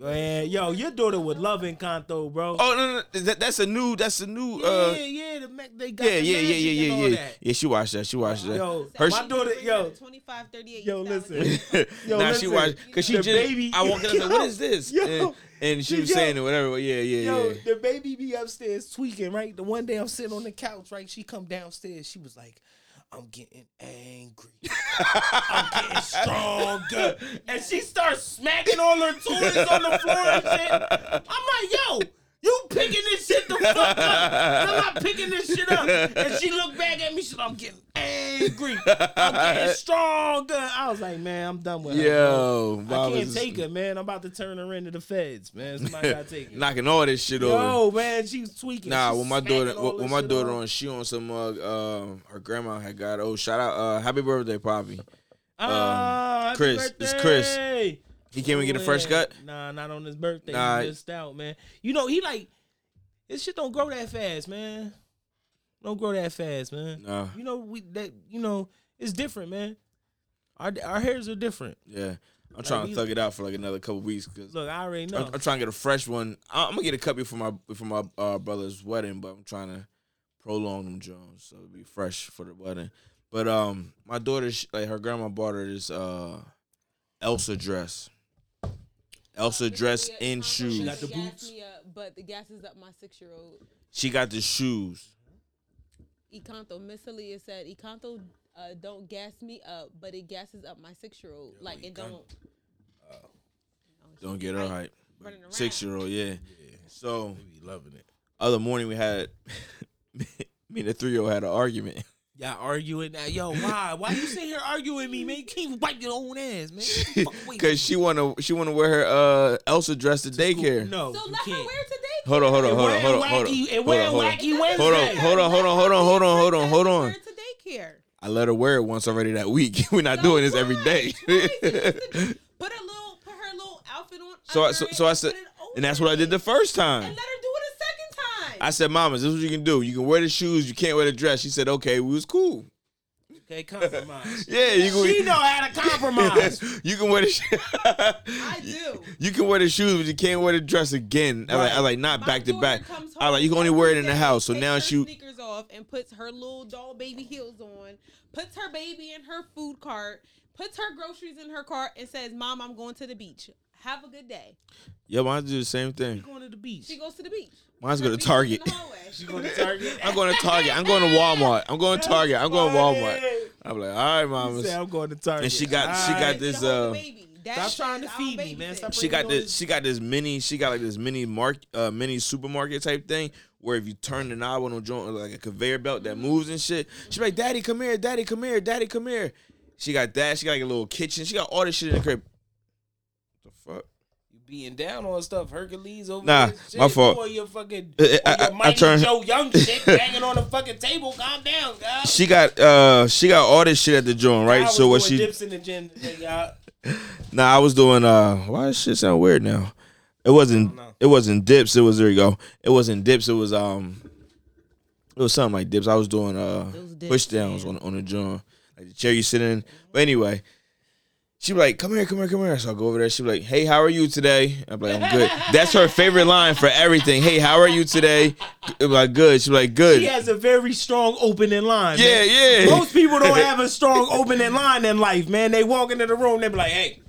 Man, yo, your daughter would love Encanto, bro.
Oh no, no, no. That, that's a new. That's a new.
yeah,
Uh,
yeah, the Mac, they got
yeah, yeah,
the
yeah,
magic
yeah, yeah,
and
yeah,
all
yeah.
that.
Yeah, she watched that. She watched that.
Yo,
her,
my daughter, yo,
25, 38.
yo, listen. yo,
nah, she
listen.
watched because she
The
just.
baby-
I walked in. I was like,
Yo,
"What is this?"
yo,
and, and she
yo,
was saying it, whatever. Yeah, yeah,
Yo,
yeah.
the baby be upstairs tweaking, right? The one day I'm sitting on the couch, right? She come downstairs. She was like, I'm getting angry. I'm getting stronger. And she starts smacking all her toys on the floor and shit. I'm like, yo, you picking this shit the fuck up. I'm not picking this shit up. And she looked back at me. She's like, I'm getting angry. I'm getting stronger. I was like, man, I'm done with her. bro.
Yo,
I
Bob
can't
is
take her, man. I'm about to turn her into the feds, man. Somebody gotta take her.
knocking all this shit over.
Yo, man, she was tweaking.
Nah,
She
when my
smacking
daughter,
all
when
this
my
shit
daughter
off.
on, she on some mug. Um, her grandma had got. Oh, shout out, uh, happy birthday, Poppy.
Ah, happy
um, Chris, it's Chris.
birthday.
He came and get a fresh
Yeah.
cut.
Nah, not on his birthday.
Nah.
He missed out, man. You know, he like this shit don't grow that fast, man. Don't grow that fast, man.
Nah.
You know we that you know it's different, man. Our our hairs are different.
Yeah, I'm trying to
we-
thug it out for like another couple weeks because
Look, I already know.
I'm, I'm trying to get a fresh one. I- I'm gonna get a couple for my for my uh, brother's wedding, but I'm trying to prolong them Jones so it'll be fresh for the wedding. But um, my daughter, she, like her grandma, bought her this uh Elsa dress. Elsa dress in shoes.
She
got the boots.
Me up, but the gas is up my six year old.
She got the shoes.
Econto. Miss Aaliyah said, Econto, uh, don't gas me up, but it gasses up my six year old. Like, it don't.
Don't get her hype.
Running around.
Six year old, yeah. So
be loving it.
other morning we had Me and the three year old had an argument.
Y'all arguing now. Yo, why? Why you sit here arguing with me, man? You can't wipe your own ass, man. Get the fuck away
Cause she wanna she wanna wear her uh Elsa dress to daycare.
No. So let her
wear today.
Hold on, hold on,
It
hold on,
wearing
hold on, hold on,
wacky- it
hold
wearing
on, hold on,
wacky
hold on,
Wednesday.
hold on, hold on, hold on, hold on, hold on, hold on.
daycare.
I let her wear it once already that week. We're not doing this every day.
Put a little, put her little outfit on.
so I so, so I said, and that's what I did the first time.
Let her do it a second time.
I said, "Mama, this is what you can do. You can wear the shoes. You can't wear the dress." She said, "Okay, we was cool.
Okay, compromise.
Yeah, you can.
She know how to compromise.
you can wear the. Sh- I
do.
You can wear the shoes, but you can't wear the dress again. I like, I like not back to back. I like you can only wear it in the house. So now
takes her
she.
sneakers off and puts her little doll baby heels on, puts her baby in her food cart, puts her groceries in her cart, and says, "Mom, I'm going to the beach. Have a good day."
Yeah, mine do the same thing.
going to the beach.
She goes to the beach.
Mine's go to Target.
She
going to Target.
I'm going to Target. I'm going to Walmart. I'm going to Target. I'm going to Walmart. I'm like, all right, mama.
said, "I'm going to Target."
And she got she
All
got
right.
this
Hold the
uh
Stop trying to feed me, man. Stop
she
bringing
got
all
this she got this mini she got like this mini mark uh mini supermarket type thing where if you turn the knob on a joint like a conveyor belt that moves and shit she's like daddy come here daddy come here daddy come here she got that she got like a little kitchen she got all this shit in the crib what the fuck
being down on stuff. Hercules over
Nah,
this shit,
my fault.
Or your fucking,
Uh,
or your
I- I- I
Mighty
turned-
Joe Young shit banging on the fucking table. Calm down, guys.
she got uh she got all this shit at the joint right so what she
dips in the gym today, y'all.
Nah, I was doing uh why does shit sound weird now? It wasn't it wasn't dips, it was there you go. It wasn't dips, it was um it was something like dips. I was doing uh push downs on on the joint. Like the chair you sit in. But anyway, she be like, Come here, come here, come here. So I go over there, she be like, Hey, how are you today? I'm like, I'm good. That's her favorite line for everything. Hey, how are you today? I'm like, good. She be like, good.
She has a very strong opening line.
Yeah,
man.
yeah.
Most people don't have a strong opening line in life, man. They walk into the room, they be like, "Hey,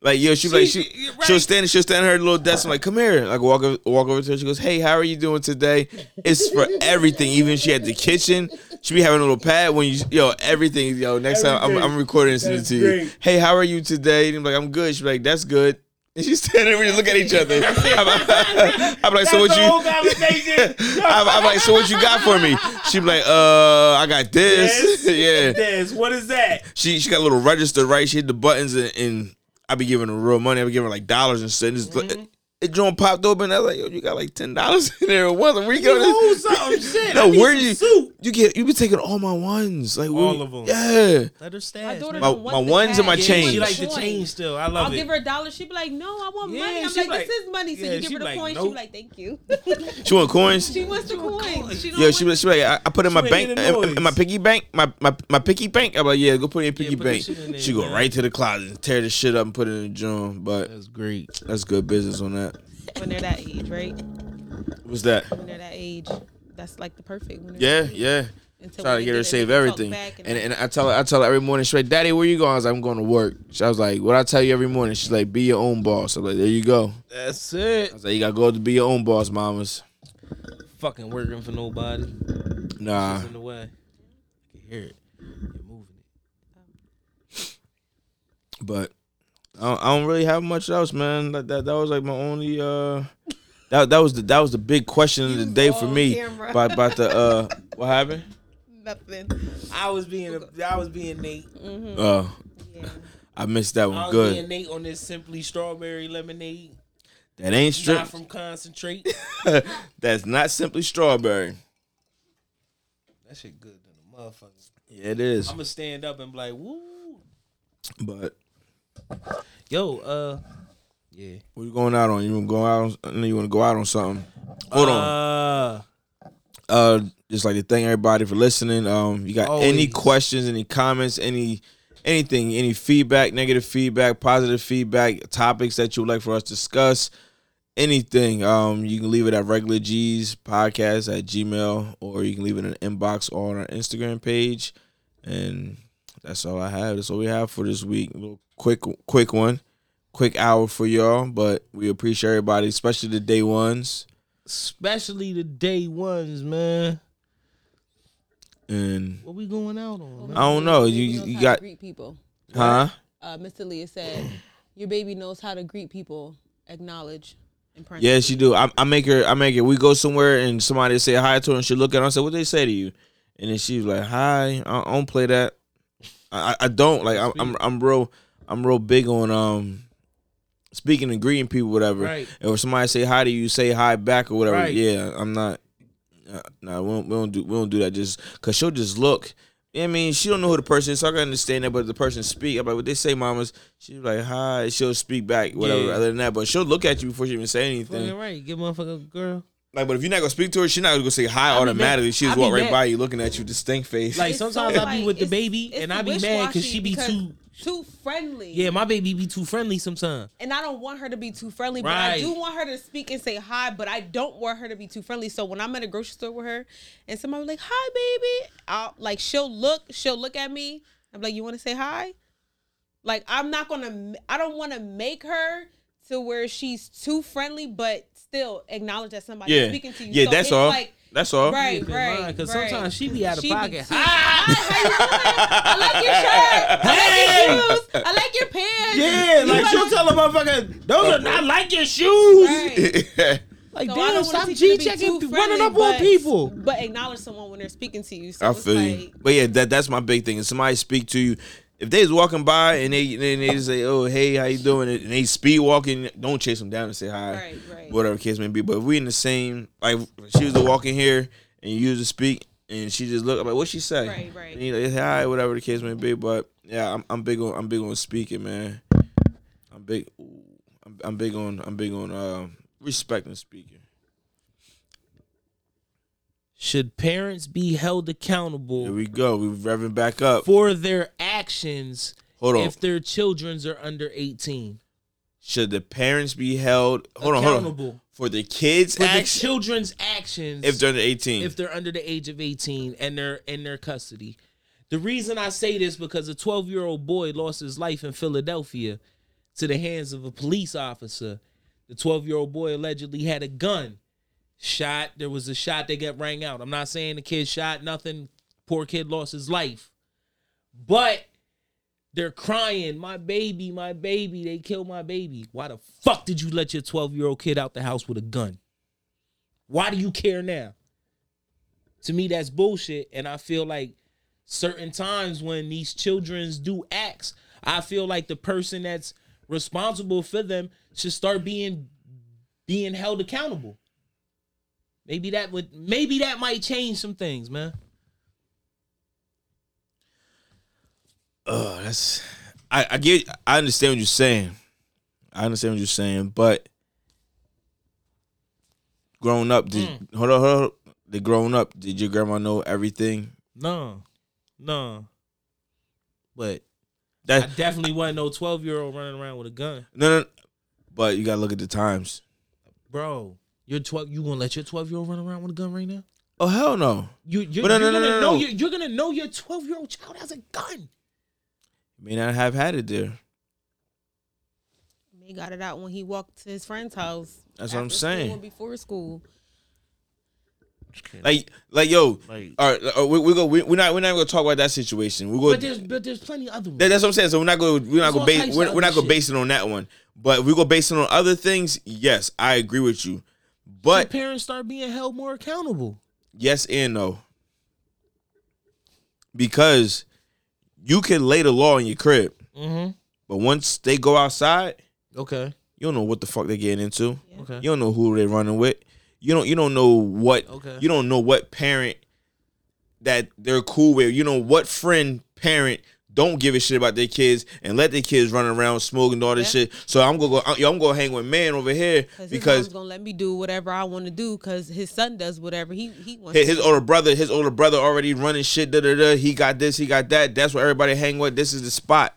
Like yo, she, be like she she'll stand she'll stand at her little desk. I'm like, come here. Like walk over, walk over to her. She goes, hey, how are you doing today? It's for everything. Even if she had the kitchen. She be having a little pad when you yo everything yo. Next time I'm,
Everything.
I'm recording and sending it
That's
to you.
great.
Hey, how are you today? And I'm like, I'm good. She be like, that's good. And she's standing there, we look at each other. I'm, I'm like, so
That's
what
the whole
you? I'm, I'm like, so what you got for me? She be like, uh, I got this. yeah.
this. What is that?"
She she got a little register, right? She hit the buttons and, and I be giving her real money. I be giving her like dollars and shit. It's
Mm-hmm.
like- It joint popped open. I was like, yo, you got like ten dollars in there. What the we
You
go?
hold something, shit.
No,
I need
where
some
you
soup.
you get you be taking all my ones, like all
of 'em.
Yeah,
Let her stash.
daughter
man.
My- don't want my the ones and my cash. change.
She like the
Coin.
change still. I
I'll
love
give
it.
her a dollar. She'd be like, "No, I want
Yeah,
money." I'm
she
like,
like-
"This is money." So
yeah,
you give
she
her the
like,
coins. She
nope.
be like, "Thank you."
She want coins?
She wants the coins. She don't
yo, she be- she be like, I, I put in
She
my
wanna
bank,
hear
in,
the
in my piggy bank, my my my piggy bank. I'm like, yeah, go put it in piggy
put that
bank.
shit in there,
she go
man.
right to the closet, and tear the shit up, and put it in the joint. But that's
great.
That's good business on that.
when they're that age, right?
What's that?
When they're that age, that's like the perfect. When they're
Yeah,
that age.
yeah.
Until
Try
when
to
they get it,
get her to
they
save
can talk
everything.
back
And, and I tell her, I tell her every morning, she's like, "Daddy, where you going?" I was like, "I'm going to work." She, I was like, "What I tell you every morning?" She's like, "Be your own boss." I'm like, "There you go."
That's it.
I was like, "You gotta go to be your own boss, mamas."
Fucking working for nobody.
Nah.
It's in the way. I can hear it.
But I don't, I don't really have much else, man. That, that that was like my only uh. That, that was the that was the big question of the day for
on
me
camera.
about about the uh what happened
Nothing.
I was being a, I was being Nate.
uh I missed that
I
one
was
good
being Nate on this simply strawberry lemonade.
that ain't strip
Not from concentrate.
that's not simply strawberry
that shit good than a motherfucker.
Yeah, it is.
I'm gonna stand up and be like, woo.
but
Yo, uh, yeah.
What you going out on? You want to go out? On, I know you want to go out on something. Hold
Uh,
on. Uh, just like to thank everybody for listening. Um, you got any
Always.
questions, any comments, any anything, any feedback, negative feedback, positive feedback, topics that you would like for us to discuss, anything. Um, you can leave it at regular G's podcast at Gmail, or you can leave it in an inbox or on our Instagram page. And that's all I have. That's all we have for this week. A little quick, quick one, quick hour for y'all. But we appreciate everybody, especially the day ones.
Especially the day ones, man.
And
What we going out on?
Well,
I don't know.
Baby
You
knows
you
how
got
to greet people.
huh?
Uh, Mr. Leah said, "Your baby knows how to greet people, acknowledge,
Yeah, she do. I, I make her. I make it. We go somewhere and somebody say hi to her, and she look at. Her, I say, "What they say to you?" And then she's like, "Hi, I, I don't play that. I, I don't like. I'm, I'm I'm real. I'm real big on um speaking and greeting people, whatever.
Right.
And if somebody say hi to you, say hi back or whatever.
Right.
Yeah, I'm not. Uh, nah, we don't, we don't do we don't do that. Just cause she'll just look. I mean, she don't know who the person is, so I can understand that. But if the person speak, I'm like, what they say, mamas. She's like, hi. She'll speak back, whatever.
Yeah.
Other than that, but she'll look at you before she even say anything.
Fucking right. Get motherfucker girl.
Like, but if you're not gonna speak to her, she's not gonna say hi
be
automatically.
mad.
She just
I be
walk right
mad.
by you, looking at you, distinct face.
Like sometimes I be
like,
with the
it's-
baby
it's
and I
the
be mad because she be
wishy-washy
too.
because too friendly.
Yeah, my baby be too friendly sometimes.
and I don't want her to be too friendly, but I
Right.
do want her to speak and say hi, but I don't want her to be too friendly. So when I'm at a grocery store with her and somebody like, hi, baby, I'll like she'll look, she'll look at me. I'm like, you want to say hi? Like I'm not gonna I don't wanna make her to where she's too friendly, but still acknowledge that somebody's
Yeah.
speaking to you.
Yeah, that's
it's
all. That's all.
Right,
Yeah,
right.
Because
right.
sometimes she be out of
She be
pocket.
too-
I like your shirt.
I like your pants.
Yeah,
You
like
like-
she'll tell a motherfucker, those are not like your shoes. Like,
So I don't
damn,
wanna
stop
teach you
G
to be
checking,
too
running up
friendly,
on people.
But acknowledge someone when they're speaking to you. So
I
it's
feel
like,
you. But yeah, that that's my big thing. If somebody speak to you, if they was walking by and they and they just say, "Oh, hey, how you doing?" and they speed walking, don't chase them down and say hi,
Right, right.
whatever the case may be. But if we in the same, like she was to walk in here and you used to speak, and she just looked I'm like, "What she say?"
Right, right.
And you like, "Hi," whatever the case may be. But yeah, I'm, I'm big on I'm big on speaking, man. I'm big. ooh, I'm, I'm big on I'm big on uh, respecting speaking.
Should parents be held accountable
Here we go. We revving back up.
for their actions
Hold on.
if their childrens are under 18?
Should the parents be held hold on, hold on
Accountable.
for the kids'
For the
action
children's actions
if they're under eighteen?
if they're under the age of 18 and they're in their custody. The reason I say this because a 12 year old boy lost his life in Philadelphia to the hands of a police officer. The 12 year old boy allegedly had a gun shot. There was a shot that got rang out. I'm not saying the kid shot nothing. Poor kid lost his life. But they're crying, my baby, my baby, they killed my baby. Why the fuck did you let your 12 year old kid out the house with a gun? Why do you care now? to me that's bullshit and i feel like certain times when these childrens do acts i feel like the person that's responsible for them should start being being held accountable maybe that would maybe that might change some things man
oh, that's I, I get I understand what you're saying. I understand what you're saying, but growing up, did
Mm.
hold on, hold on. The grown up, did your grandma know everything?
no no but i
That
definitely wasn't no 12 year old running around with a gun
no, no, but you gotta look at the times.
bro you're 12 you gonna let your 12 year old run around with a gun right now
Oh hell no!
you, you're,
But no, no,
you're
no, no,
gonna know
no.
You're, you're gonna know your 12 year old child has a gun
May not have had it there.
He got it out when he walked to his friend's house.
That's what I'm
after school
saying.
and Before school.
Like, like, yo,
Like-
all right, uh, we, we go. We, we're not, we're not gonna talk about that situation. We're
but
gonna
there's but there's plenty other ones
That, that's what I'm saying. So we're not going. We're not
There's
going.
all
Base,
types
we're,
of
we're not
other
going to
shit.
base it on that one. But if we go base it on other things. Yes, I agree with you.
Should
But
parents start being held more accountable.
yes and no. Because you can lay the law in your crib,
Mm-hmm.
but once they go outside,
Okay.
you don't know what the fuck they're getting into.
Okay.
You don't know who they're running with. You don't. You don't know what.
Okay.
You don't know what parent that they're cool with. You know what friend parent don't give a shit about their kids and let their kids run around smoking all this shit. So I'm gonna go. I- yo, I'm gonna hang with man over here
Because his mom's
because
gonna let me do whatever I want to do. Because his son does whatever he he wants.
his,
to
his
do.
older brother, his older brother already running shit. Da da da. He got this. He got that. That's what everybody hang with. This is the spot.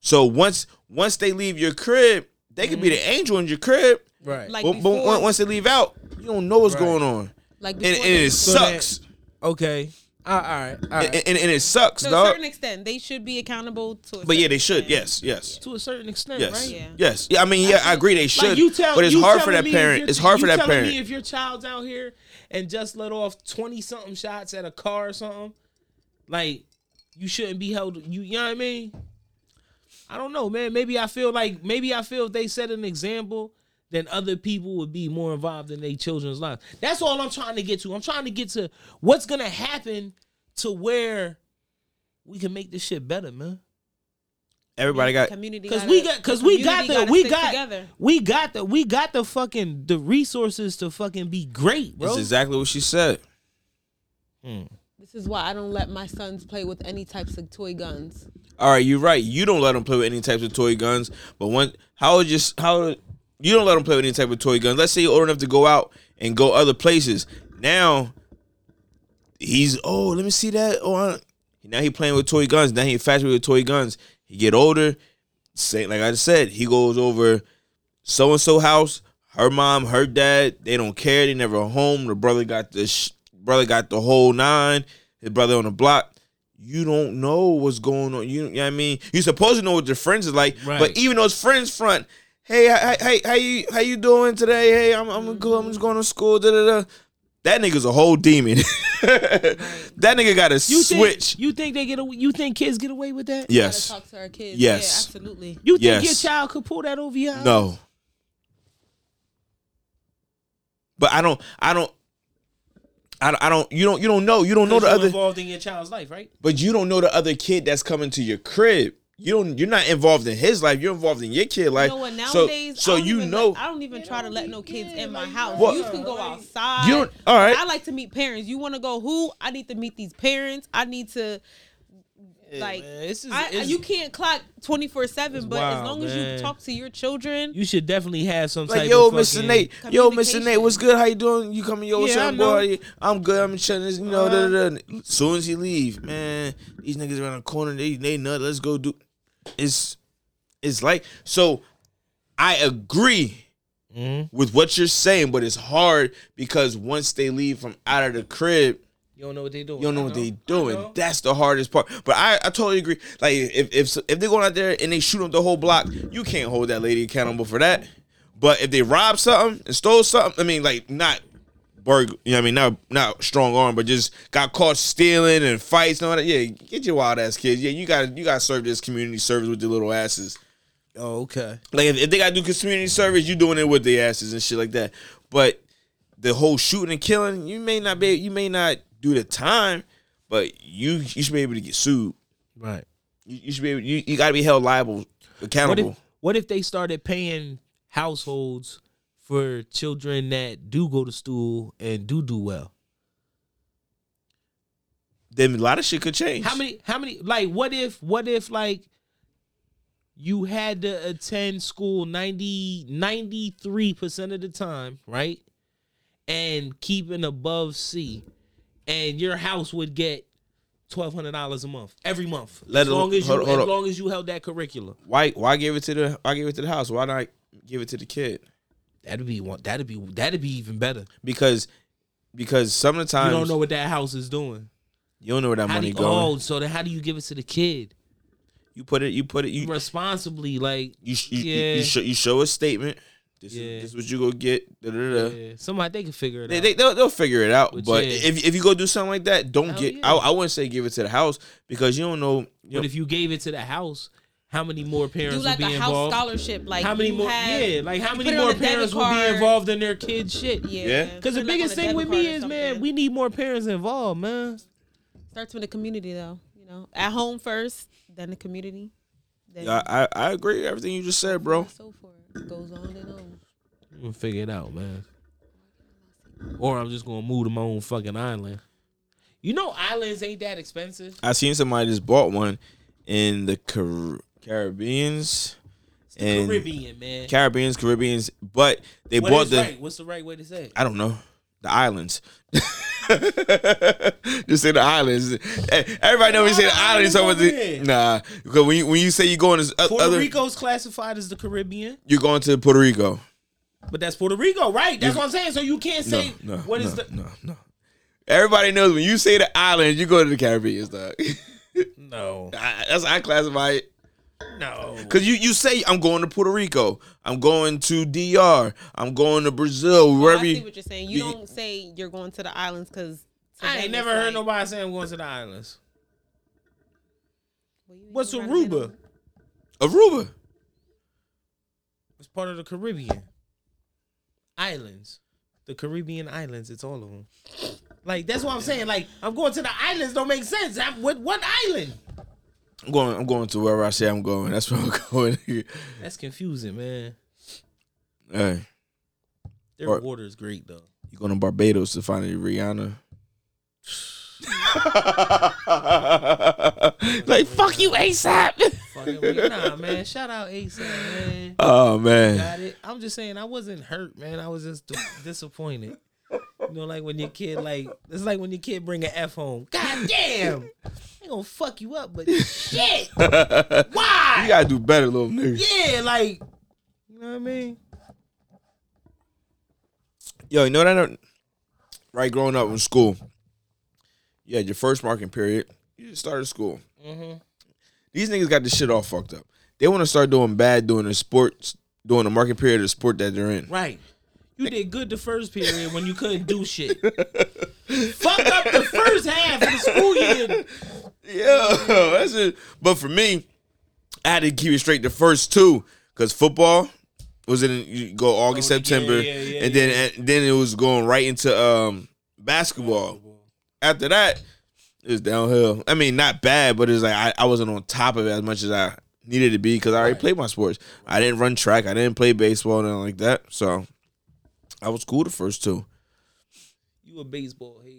So once once they leave your crib, they could be the
Mm-hmm.
angel in your crib.
Right.
like
but, but
before,
once they leave out, you don't know what's
Right.
going on.
like
and,
before
and
they-
it sucks.
Okay. Ah, all right. All right.
And, and, and it sucks,
to a
dog.
certain extent, they should be accountable to. A
But yeah,
certain
they should.
extent.
Yes, yes,
to a certain extent,
yes,
right?
Yeah.
yes. Yeah, I mean, yeah, I agree. They should.
Like you tell,
but it's
you
hard for
telling
that
me if
parent.
your-
It's hard for
you
that
telling me
parent.
if your child's out here and just let off twenty something shots at a car or something, like you shouldn't be held. You, you know what I mean? I don't know, man. Maybe I feel like maybe I feel if they set an example then other people would be more involved in their children's lives. That's all I'm trying to get to. I'm trying to get to what's gonna happen to where we can make this shit better, man.
Everybody got
community
Cause
gotta-
we got, cause we got
community
the,
gotta
we
stick
got,
together.
we got the, we got the fucking the resources to fucking be great, bro.
That's exactly what she said.
This is why I don't let my sons play with any types of toy guns.
All right, you're right. You don't let them play with any types of toy guns. But when how would you s- how you don't let them play with any type of toy guns? Let's say you're old enough to go out and go other places. Now he's oh let me see that oh I, now he playing with toy guns. Now he infatuated with toy guns. He get older. Say like I said, he goes over so and so house. Her mom, her dad, they don't care. They never home. The brother got the sh- brother got the whole nine. His brother on the block. You don't know what's going on. You, you know what I mean? You're supposed to know what your friends is like,
Right.
but even those friends front, hey, hi- hi- hey, how you how you doing today? Hey, I'm I'm good. I'm just going to school. Da, da, da. That nigga's a whole demon. that nigga got a
You think-
switch.
you think they get, away, you think kids get away with that?
Yes.
Talk to our kids.
Yes.
Yeah, absolutely.
You think
Yes.
your child could pull that over your eyes?
No. But I don't. I don't. I don't. I don't you don't. You don't know. You don't know the
You're
other.
involved in your child's life, right?
But you don't know the other kid that's coming to your crib. You don't. You're not involved in his life. You're involved in your kid
You
life.
know what?
so
Nowadays,
so
I don't
you
even
know.
let- I don't even try to let no kids in my house.
What?
You can go outside.
You don't- all right.
I like to meet parents. You want to go? Who? I need to meet these parents. I need to. Like
man, this is-
I,
it's-
you can't clock twenty four seven, but
wild,
as long as
man.
you talk to your children,
You should definitely have some
like
type
yo,
of
Mr.
fucking-
Nate. Yo, Mr. Nate, what's good? How you doing? You coming? Yo, what's
Yeah, I
up,
know.
boy? I'm good. I'm chilling. You know, da, da, da. soon as he leave, man, these niggas around the corner. They they nut. Let's go do. It's it's like so. I agree
Mm-hmm.
with what you're saying, but it's hard because once they leave from out of the crib,
You don't know what they doing.
you don't know
I
what they
I
doing.
know.
That's the hardest part. But I, I totally agree. Like if if if they going out there and they shoot up the whole block, you can't hold that lady accountable for that. But if they robbed something and stole something, I mean, like not burg, you know, what I mean, not not strong arm, but just got caught stealing and fights and all that. Yeah, get your wild ass kids. Yeah, you got you got to serve this community service with your little asses.
Oh, okay.
Like if, if they gotta do community service, you doing it with their asses and shit like that. But the whole shooting and killing, you may not be you may not do the time, but you you should be able to get sued.
Right.
You, you should be able, you, you gotta be held liable,
What
accountable.
if, what if they started paying households for children that do go to school and do do well?
then a lot of shit could change.
How many? How many? Like, what if? What if? Like, you had to attend school 90 93 percent of the time, right? And keep an above C, and your house would get twelve hundred dollars a month every month,
Let
as
al-
long as you
hold- hold
as
up.
long as you held that curriculum.
Why why give it to the why give it to the house? Why not give it to the kid?
That'd be one. That'd be that'd be even better.
Because because some of the
You
times
don't know what that house is doing.
you don't know where that
How do
money
you,
going.
oh, so then how do you give it to the kid
You put it you put it you
responsibly? Like
you sh- you, you-
yeah,
you, show, you show a statement. This
Yeah.
is this is what you gonna get. Da, da, da. da.
yeah. somebody they can figure it
They,
out.
they they'll, they'll figure it out.
Which
but
is-
if if you go do something like that, don't
Hell
get.
yeah.
I, I wouldn't say give it to the house because you don't know. You
but
know
if you gave it to the house, how many more parents
do like
would
a
be
house
involved?
scholarship. Like
how many
you
more?
have-
yeah, like how
you
many
put it on
more
a debit
parents would be
card.
involved in their kids' shit?
Yeah.
Yeah,
Because the
Put it, like,
biggest
on a
thing
debit
with
card
me
or
is,
something.
man, we need more parents involved, man.
Starts with the community, though. You know, at home first, then the community. Then
I, I I agree with everything you just said, bro.
so forth. It goes on and on.
I'm gonna figure it out, man. Or I'm just gonna move to my own fucking island. You know, islands ain't that expensive.
I seen somebody just bought one in the Car- Caribbeans and
Caribbean, man.
Caribbeans Caribbeans, but they
What
bought
is
the
right? What's the right way to say? it?
I don't know the islands. just say the islands. Eh, Everybody know when you say the
Ah,
islands. so much-
Islands
Nah, because when you, when you say you're going to
Puerto
other,
Rico's classified as the Caribbean,
you're going to Puerto Rico.
but that's Puerto Rico, right? That's what I'm saying. So you can't
No,
say
no,
what is
no,
the
no, no. Everybody knows when you say the islands, you go to the Caribbean, dog.
no,
I- That's how I classify it.
no.
Cause you you say I'm going to Puerto Rico, I'm going to DR, I'm going to Brazil,
Oh, I
wherever.
see
you,
what you're saying. You
you-
don't say you're going to the islands because
I ain't never heard nobody saying going to the islands. What's Aruba?
Aruba.
It's part of the Caribbean. islands, the Caribbean islands. It's all of them. Like that's what I'm saying. Like I'm going to the islands. Don't make sense. I'm with what island?
I'm going. I'm going to wherever I say I'm going. That's where I'm going.
That's confusing, man.
hey,
Their
Or-
water is great though.
you going to Barbados to find Rihanna? like fuck you, ASAP.
Fucking weird. nah, man. Shout out ASAP, man.
Oh, man.
got it. I'm just saying, I wasn't hurt, man. I was just disappointed. You know, like when your kid, like it's like when your kid bring an F home. God damn, they gonna fuck you up, but shit. Why?
You gotta do better, little nigga.
Yeah, like you know what I mean.
Yo, you know what I know? Right, growing up in school, you had your first marking period. You just started school.
Mm-hmm.
These niggas got this shit all fucked up. They want to start doing bad doing the sports, doing the marking period of the sport that they're in.
Right. You did good the first period when you couldn't do shit. Fuck up the first half of the school year.
Yeah, that's it. But for me, I had to keep it straight the first two because football was in you go August,
Oh,
September, and then and then it was going right into um basketball. After that, it was downhill. I mean, not bad, but it's like I, I wasn't on top of it as much as I needed to be because I already played my sports. I didn't run track. I didn't play baseball nothing like that. So I was cool the first two.
You a baseball hater.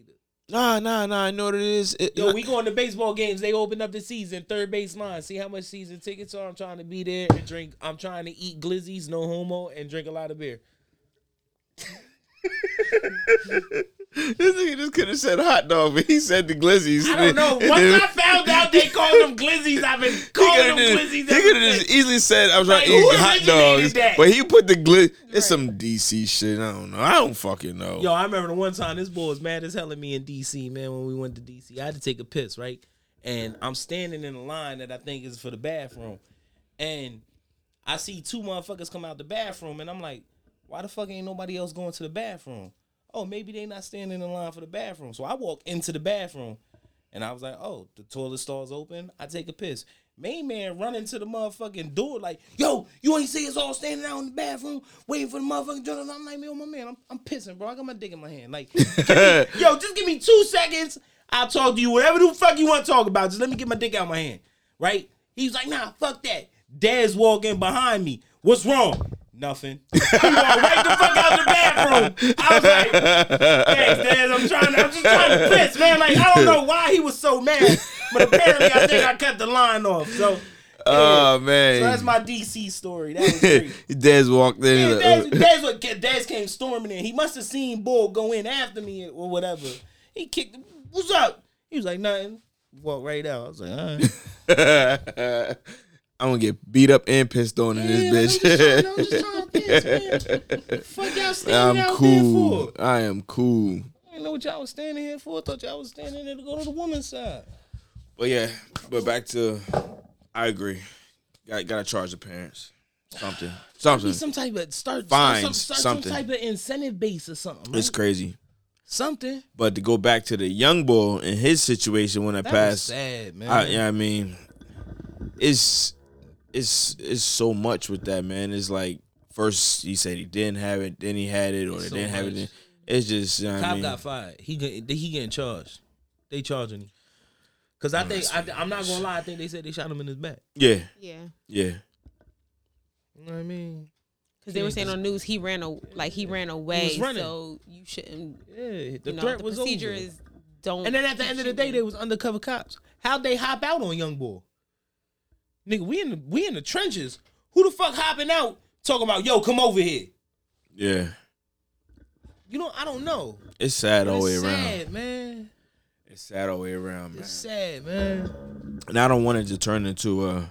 Nah, nah, nah. I know what it is. It-
Yo, we going to baseball games. They open up the season. Third base line. See how much season tickets are. I'm trying to be there and drink. I'm trying to eat glizzies, no homo, and drink a lot of beer.
This nigga just could have said hot dog, but he said the glizzies.
I don't know.
And
Once
then-
I found out they called them glizzies, I've been calling them glizzies.
He could have just easily said I was trying
Like,
to
who
eat hot
originated
dogs,
that?
but he put the glitz. It's some DC shit. I don't know. I don't fucking know.
Yo, I remember the one time this boy was mad as hell at me in DC, man, when we went to DC. I had to take a piss, right? And I'm standing in a line that I think is for the bathroom. And I see two motherfuckers come out the bathroom, and I'm like, why the fuck ain't nobody else going to the bathroom? Oh, maybe they not standing in line for the bathroom. So I walk into the bathroom, and I was like, oh, the toilet stall's open. I take a piss. Main man run into the motherfucking door like, yo, you ain't see us all standing out in the bathroom waiting for the motherfucking toilet. I'm like, yo, my man, I'm, I'm pissing, bro. I got my dick in my hand. Like, give me- yo, just give me two seconds. I'll talk to you whatever the fuck you want to talk about. Just let me get my dick out of my hand, right? He was like, nah, fuck that. Dad's walking behind me. What's wrong? Nothing. Thanks, Dad. I'm trying. I'm just trying to piss, man. Like I don't know why he was so mad, but apparently I think I cut the line off. So,
Oh
so
man.
that's my DC story. That was great.
Dez walked in. he's
Daz,
like, "Uh,
Daz, what- Daz came storming in. He must have seen Bull go in after me or whatever. He kicked. him. What's up? He was like nothing. Walked right out. I was like, all right.
I'm gonna get beat up and pissed on in this bitch. I'm,
Fuck y'all standing out there
cool.
for.
I am cool.
I didn't know what y'all was standing here for. I thought y'all was standing there to go to the woman's side.
But yeah, but back to, I agree. Got gotta charge the parents something, something.
Be some type of start, start, some,
Hmm. Fines,
start
something.
some type of incentive base or something.
It's
right?
crazy.
something.
But to go back to the young bull and his situation when it
That was
passed,
sad, man.
I, yeah, I mean, it's it's it's so much with that man. It's like first he said he didn't have it, then he had it, or they
So
didn't have it.
much.
then- It's just you know what I
Cop
mean?
got fired. He get- he getting charged. They charging him. Cause
Oh,
I think I, I'm not gonna lie. I think they said they shot him in his back.
yeah,
Yeah.
yeah.
You know what I mean?
Because they were saying on news he ran a, like he ran away.
running.
so you shouldn't.
Yeah, the
you know,
threat
the
was
procedure
over.
is don't.
And then at the end of the day, they was undercover cops. How'd they hop out on young boy? Nigga, we in the we in the trenches. Who the fuck hopping out? Talking about yo, come over here.
Yeah,
You know, I don't know.
it's sad all the
It's
way around.
sad, man.
It's sad all the way around, man.
It's sad, man.
And I don't want it to turn into uh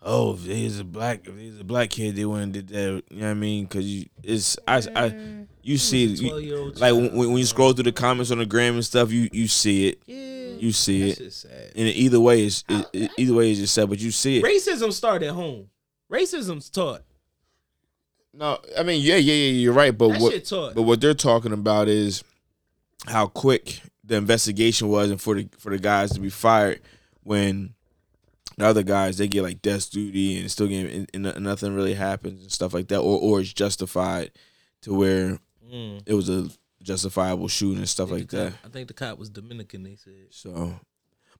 oh, if there's a black if there's a black kid, they wouldn't did that. You know what I mean? Because you, it's I I
Mm.
you see you,
12-year-old
like when, when you scroll through the comments on the gram and stuff, you you see it.
Yeah.
You see
That's
it.
just sad.
And either way, it's it, it- either way it's just sad, but you see it.
Racism start at home. Racism's taught.
No, I mean, yeah, yeah, yeah, you're right, but
That
what
shit taught.
but what they're talking about is how quick the investigation was, and for the for the guys to be fired when the other guys they get like death duty and still getting and, and nothing really happens and stuff like that, or or it's justified. to where
Mm.
it was a justifiable shooting and stuff like that.
I think the cop was Dominican. They said.
So,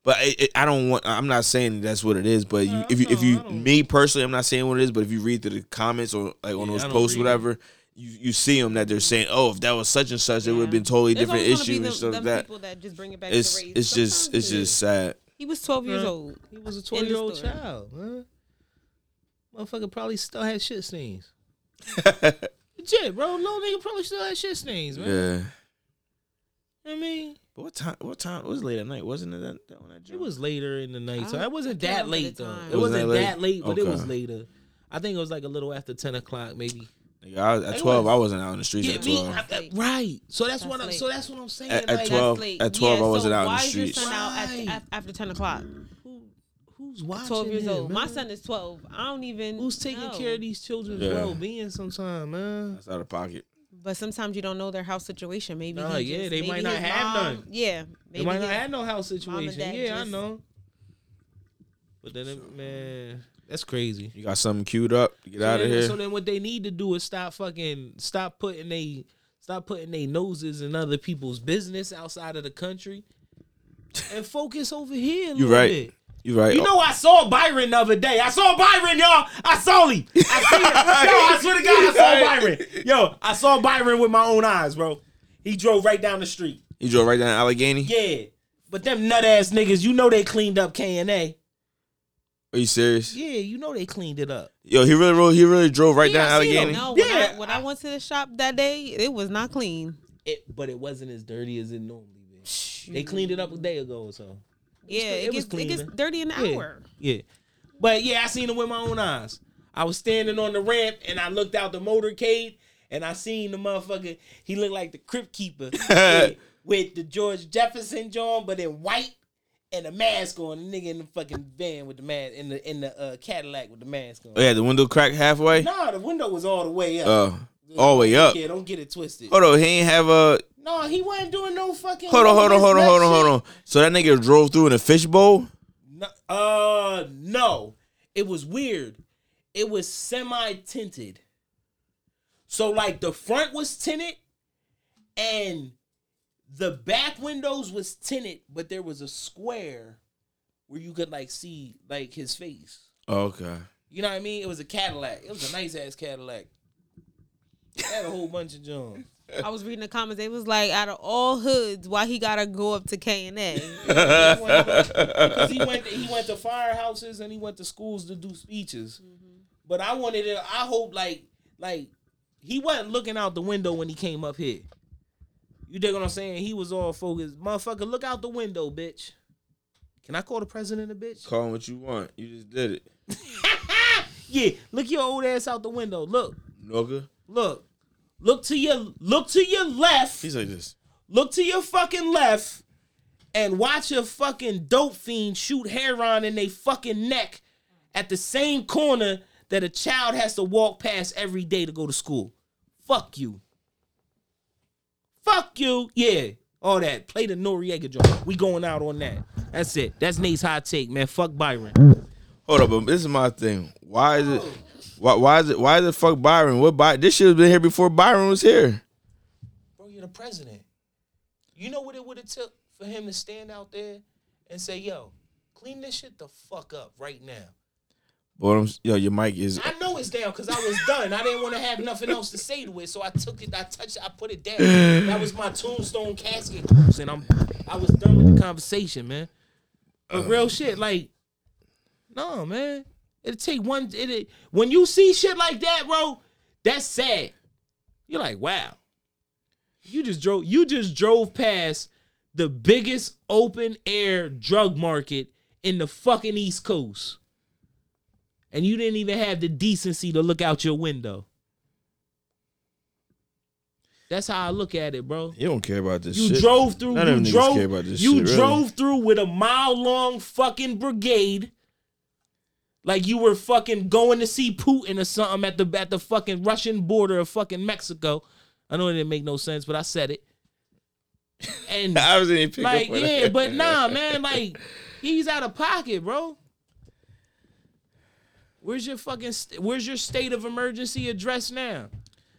but it, it, I don't want. I'm not saying that's what it is. But you, if you, if you, me personally, I'm not saying what it is. But if you read through the comments or like on
Yeah,
those
I don't
posts,
read it. Mm-hmm.
whatever, you you see them that they're saying, oh, if that was such and such, it would have been totally
There's
different
always gonna
issue
be
and
them-
stuff like
them
that.
people that just bring it back to
It's
race.
it's just
Sometimes
it's just sad.
He was 12 years old.
He was a
End of
12 year old
story.
child, man. Motherfucker probably still had shit stains. Legit, bro. Little nigga probably still had shit stains, man.
Yeah.
I mean,
But what time? What time? It was late at night, wasn't it? That, that one that
it was later in the night, so
I-
it wasn't
I can't
that
remember
late
the
though.
time.
It
Wasn't
wasn't
that
that
late?
late, but it was
Okay.
later. I think it was like a little after ten o'clock, maybe.
Nigga, I was, at
It
twelve,
was-
I wasn't out in the streets
Yeah,
at
me,
twelve.
I- I- right. So that's,
That's
what. I,
late.
so that's what I'm saying.
At,
like,
at twelve,
late.
at twelve,
Yeah,
I wasn't
so
out in the
why is your
streets.
son out at-
Right.
af- after 10 o'clock?
who's watching?
12 years
him,
old. My
man?
son is 12. I don't even.
Who's taking
know.
care of these children's
Yeah.
well being? Sometime, man.
That's out of pocket.
But sometimes you don't know their house situation. Maybe.
Nah,
he
yeah,
just-
they
maybe
might not
his
have
mom-
none.
Yeah.
They might not
his-
have no house
mom and
situation.
dad
Yeah, I
just-
know. But then, it,
um,
man, that's crazy.
You got something queued up? Get out
so,
of
then-
here.
so then, what they need to do is stop fucking, stop putting they, stop putting their noses in other people's business outside of the country, and focus over here. A
You
little
right.
Bit.
you right.
You know, I saw Byron the other day. I saw Byron, y'all. I saw him. I seen him. Yo, I swear to God, I saw Byron. Yo, I saw Byron with my own eyes, bro. He drove right down the street.
you drove right down to Allegheny.
Yeah. But them nut ass niggas, you know they cleaned up K and A.
Are you serious?
Yeah, you know they cleaned it up.
Yo, he really rode, he really drove right down
I see him.
Allegheny.
No, when,
Yeah.
I, when I went to the shop that day, it was not clean.
It, but it wasn't as dirty as it normally is. They cleaned it up a day ago or so.
Yeah,
clean-
it,
it was
gets
clean,
it gets
man.
dirty in an
Yeah.
hour.
Yeah. But yeah, I seen it with my own eyes. I was standing on the ramp and I looked out the motorcade and I seen the motherfucker. He looked like the Crypt Keeper with, with the George Jefferson John, but in white and a mask on. The nigga in the fucking van with the mask in the in the uh, Cadillac with the mask on.
Oh yeah, the window cracked halfway.
Nah, the window was all the way up.
Oh, all the way up.
Yeah, don't get it twisted.
Hold on, he ain't have a.
No, he wasn't doing no fucking.
Hold on, hold on, hold on, hold on,
on.
hold on. So that nigga drove through in a fishbowl.
No, uh, no. It was weird. It was semi tinted. So like the front was tinted, and the back windows was tinted, but there was a square where you could like see like his face.
Okay.
You know what I mean? It was a Cadillac. It was a nice ass Cadillac. It had a whole bunch of junk.
I was reading the comments. It was like, out of all hoods, why he gotta go up to K and A?
Because he went, he went to firehouses and he went to schools to do speeches. But I wanted it. I hope like like he wasn't looking out the window when he came up here. You dig what I'm saying? He was all focused. Motherfucker, look out the window, bitch. Can I call the president a bitch?
Call him what you want. You just did it,
Yeah, look your old ass out the window. Look,
Noga.
look, look to your look to your left.
He's like this.
Look to your fucking left and watch a fucking dope fiend shoot heron in they fucking neck at the same corner that a child has to walk past every day to go to school. Fuck you. Fuck you. Yeah. All that. Play the Noriega joint. We going out on that. That's it. That's Nate's hot take, man. Fuck Byron.
Hold up, but this is my thing. Why is it? Why, why is it? Why is it? Fuck Byron. What? By, this should have been here before Byron was here.
Bro, you're the president. You know what it would have took for him to stand out there and say, yo, clean this shit the fuck up right now.
Boy, I'm, yo, your mic is.
I know it's down because I was done. I didn't want to have nothing else to say to it, so I took it, I touched it, I put it down. That was my tombstone casket, cruise, and I'm I was done with the conversation, man. But real shit, like, no, man. It'll take one. It, it when you see shit like that, bro, that's sad. You're like, wow. You just drove. You just drove past the biggest open air drug market in the fucking East Coast and you didn't even have the decency to look out your window. That's how I look at it, bro.
You don't care about this.
You
shit.
drove through.
None of
you
them
drove.
niggas care about this.
you
shit, really.
drove through with a mile long fucking brigade, like you were fucking going to see Putin or something at the at the fucking Russian border of fucking Mexico. I know it didn't make no sense, but I said it. And
I was in your pickup.
like,
for
yeah,
that.
but nah, man, like, he's out of pocket, bro. Where's your fucking? St- where's your state of emergency address now?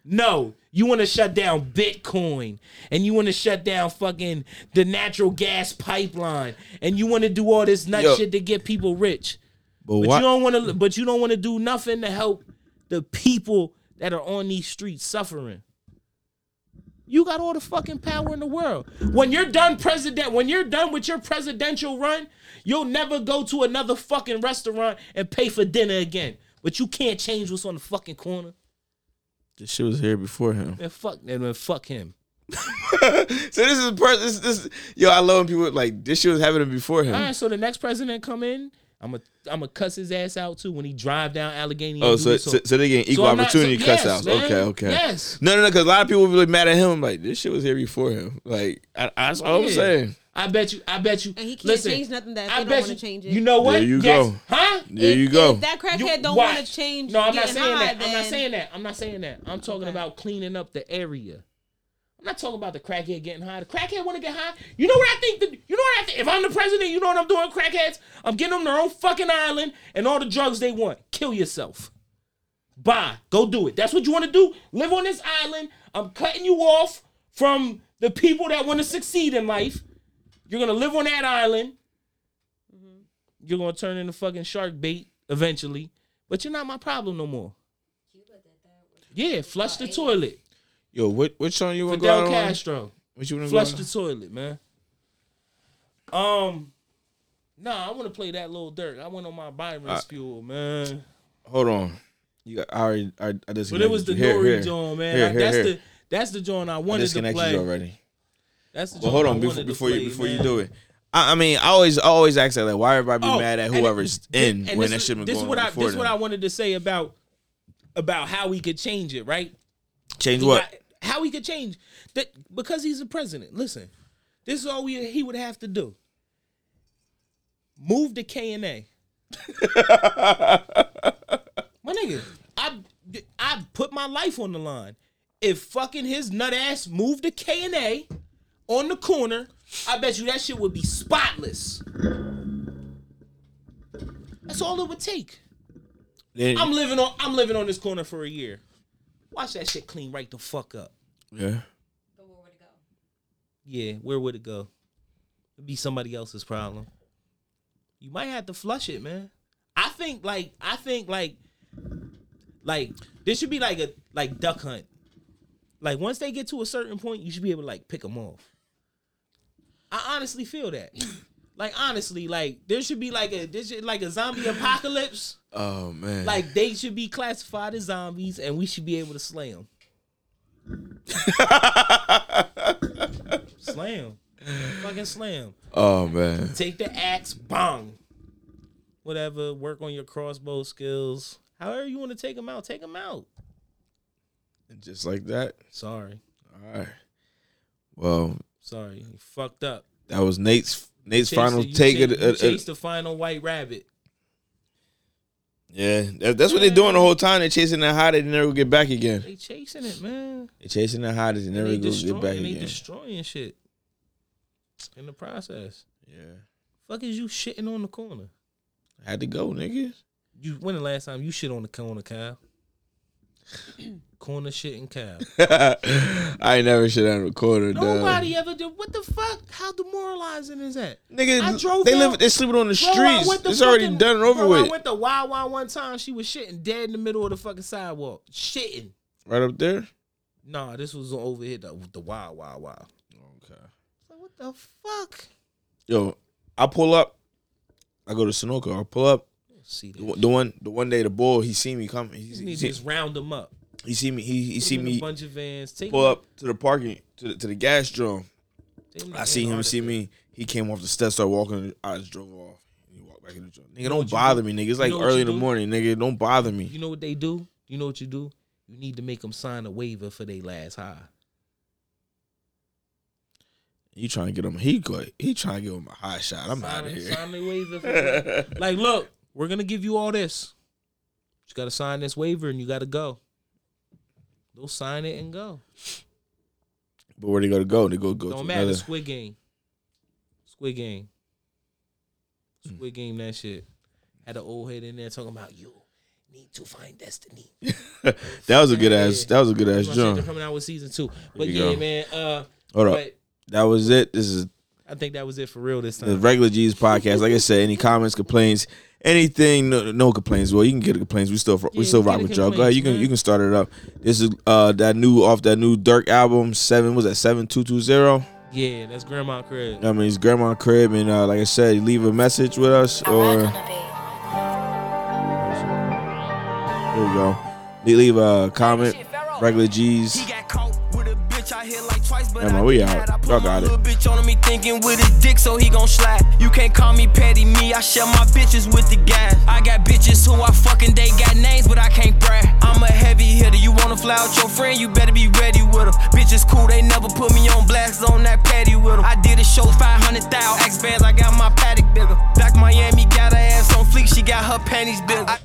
No, you want to shut down Bitcoin and you want to shut down fucking the natural gas pipeline and you want to do all this nut
Yo.
shit to get people rich.
But
But,
why-
you don't want to. But you don't want to do nothing to help the people that are on these streets suffering. You got all the fucking power in the world. When you're done president, when you're done with your presidential run, you'll never go to another fucking restaurant and pay for dinner again. But you can't change what's on the fucking corner.
This shit was here before him.
Man, fuck that man. Fuck him.
So this is a person. This, this yo, I love when people like this shit was happening before him.
All right, so the next president come in, I'm a I'm a cuss his ass out too when he drive down Allegheny. and
Oh,
do
so,
this
so
on-
so they getting equal
I'm not-
opportunity
so-
cuss
yes,
outs.
man.
Okay, okay.
Yes.
No, no, no. Because a lot of people will be like mad at him. I'm Like this shit was here before him. Like I, I, that's all I'm
Yeah.
saying.
I bet you. I bet you.
And he can't
listen,
change nothing that if
I
they don't
bet
wanna
you-
change it.
You know what?
There you
Yes.
go.
Huh?
There you go.
If that
You-
crackhead don't
watch.
want to change.
No, I'm not
getting
saying
high,
that. I'm not
then-
saying that. I'm not saying that. I'm talking about cleaning up the area. I'm not talking about the crackhead getting high. The crackhead want to get high. You know what I think? The, you know what I think? If I'm the president, you know what I'm doing? Crackheads, I'm getting them their own fucking island and all the drugs they want. Kill yourself. Bye. Go do it. That's what you want to do. Live on this island. I'm cutting you off from the people that want to succeed in life. You're gonna live on that island. You're gonna turn into fucking shark bait eventually, but you're not my problem no more. Yeah, flush the toilet.
Yo, what what song you want to go
Fidel
out on?
Castro.
What you want to go
Flush
out
the
on?
toilet, man. Um, nah, I want to play that little dirt. I went on my Byron
Alright.
fuel, man.
Hold on. You got, I already I, I just
But it was the Nori joint, man.
Here,
I-
here,
that's
here.
the that's the joint I
I
wanted to
disconnected
play.
you already.
That's the
Well,
joint
hold
I
on before,
wanted to
before
play,
you before
man.
you do it. I, I mean, I always I always ask that like, why everybody be
Oh,
mad at
and-
whoever's in when
and this
that
is-
shit been
this
going
is what
on
I
before
this is what
them?
I wanted to say about about how we could change it, right?
Change
He
what?
got- how he could change that because he's the president. Listen, this is all we, he would have to do. Move to K and A. My nigga, I I put my life on the line. If fucking his nut ass moved to K and A on the corner, I bet you that shit would be spotless. That's all it would take.
Then-
I'm living on I'm living on this corner for a year. Watch that shit clean right the fuck up.
yeah.
Yeah, where would it go? It'd be somebody else's problem. You might have to flush it, man. I think like I think like like this should be like a like duck hunt. Like once they get to a certain point, you should be able to like pick them off. I honestly feel that. Like honestly, like there should be like a this should, like a zombie apocalypse.
Oh man.
Like they should be classified as zombies, and we should be able to slay them. slam, fucking slam.
oh man.
Take the axe, bong. Whatever. Work on your crossbow skills. However you want to take them out, take them out.
Just like that.
Sorry,
All right. Well,
sorry, you fucked up.
that was Nate's Nate's
Chase
final
the- you
take. uh,
chase,
of the-
you
of- of-
chase the final white rabbit.
yeah, that, that's what they're doing the whole time. They're chasing that high. They never get back again.
They chasing it, man.
They're chasing that high. They
And
never
they
go get
destroying,
back
and they
again.
destroying shit in the process.
yeah,
Fuck is you shitting on the corner?
had to go, nigga.
You when the last time you shit on the corner, Kyle? corner shitting Kyle.
I ain't never should have recorded. dawg.
Nobody ever did. What the fuck? How demoralizing is that?
Nigga,
I drove
they
down-
live. They're sleeping on the
Bro, I
streets.
went to
It's already
fucking-
done and over
bro, I
with.
went to Wawa one time. She was shitting dead in the middle of the fucking sidewalk. Shitting.
Right up there.
Nah, this was over here the, the Wawa. Wow.
Okay.
Like, what the fuck?
Yo, I pull up. I go to Sunoco. I pull up.
See
The, the one, the one day the boy he see me coming. He,
You
he,
need to
see,
just round them up.
he see me. He, he
Put
see
them in
me
A bunch of vans. Take
pull
them-
up to the parking to the, to the gas drum.
take them to
I see him. See
Antarctica.
me. He came off the steps, started walking. I just drove off. He walked back in the drum. Nigga,
know what
don't
you
bother me, nigga. It's
You
like
know what you
early in the
do?
morning, nigga. Don't bother me.
You know what they do? You know what you do? You need to make them sign a waiver for their last high.
You trying to get him? He go. He trying to give him a hot shot. I'm out of
Sign-
here.
sign the waiver for- like, look, we're gonna give you all this. You gotta sign this waiver and you gotta go. They'll sign it and go.
But where they gotta go? They go go to
Don't matter.
another.
Squid Game. Squid Game.
Hmm.
Squid Game. That shit had an old head in there talking about you. Need to find destiny.
that was a good ass. That was a good ass
My shit
jump.
coming out with season two. But
you
yeah,
go.
man. Uh,
Hold up.
but
That was it. This is
I think that was it for real this
the
time.
regular G's podcast. Like I said, any comments, complaints, anything, no, no complaints. Well, you can get complaints. We still we
Yeah,
still
get
rock
the
with y'all. Go ahead, you can
complaints,
you can start it up. This is uh that new off that new Dirk album seven was that seven two two zero.
Yeah, that's Grandma Crib.
I mean, it's Grandma Crib, and uh, like I said, you leave a message with us or. There you go. You leave a comment. Regular G's. Emma, we out. Y'all got it.
Bitch on me thinking with his dick, so he gon' slap. You can't call me petty, me. I share my bitches with the guys. I got bitches who I fucking they got names, but I can't brag. I'm a heavy hitter. You wanna fly out your friend, you better be ready with her. Bitches cool, they never put me on blast on that patty with 'em. I did a show 500,000 X bands, I got my paddock bigger. Back Miami, got her ass on fleek, she got her panties bigger. I-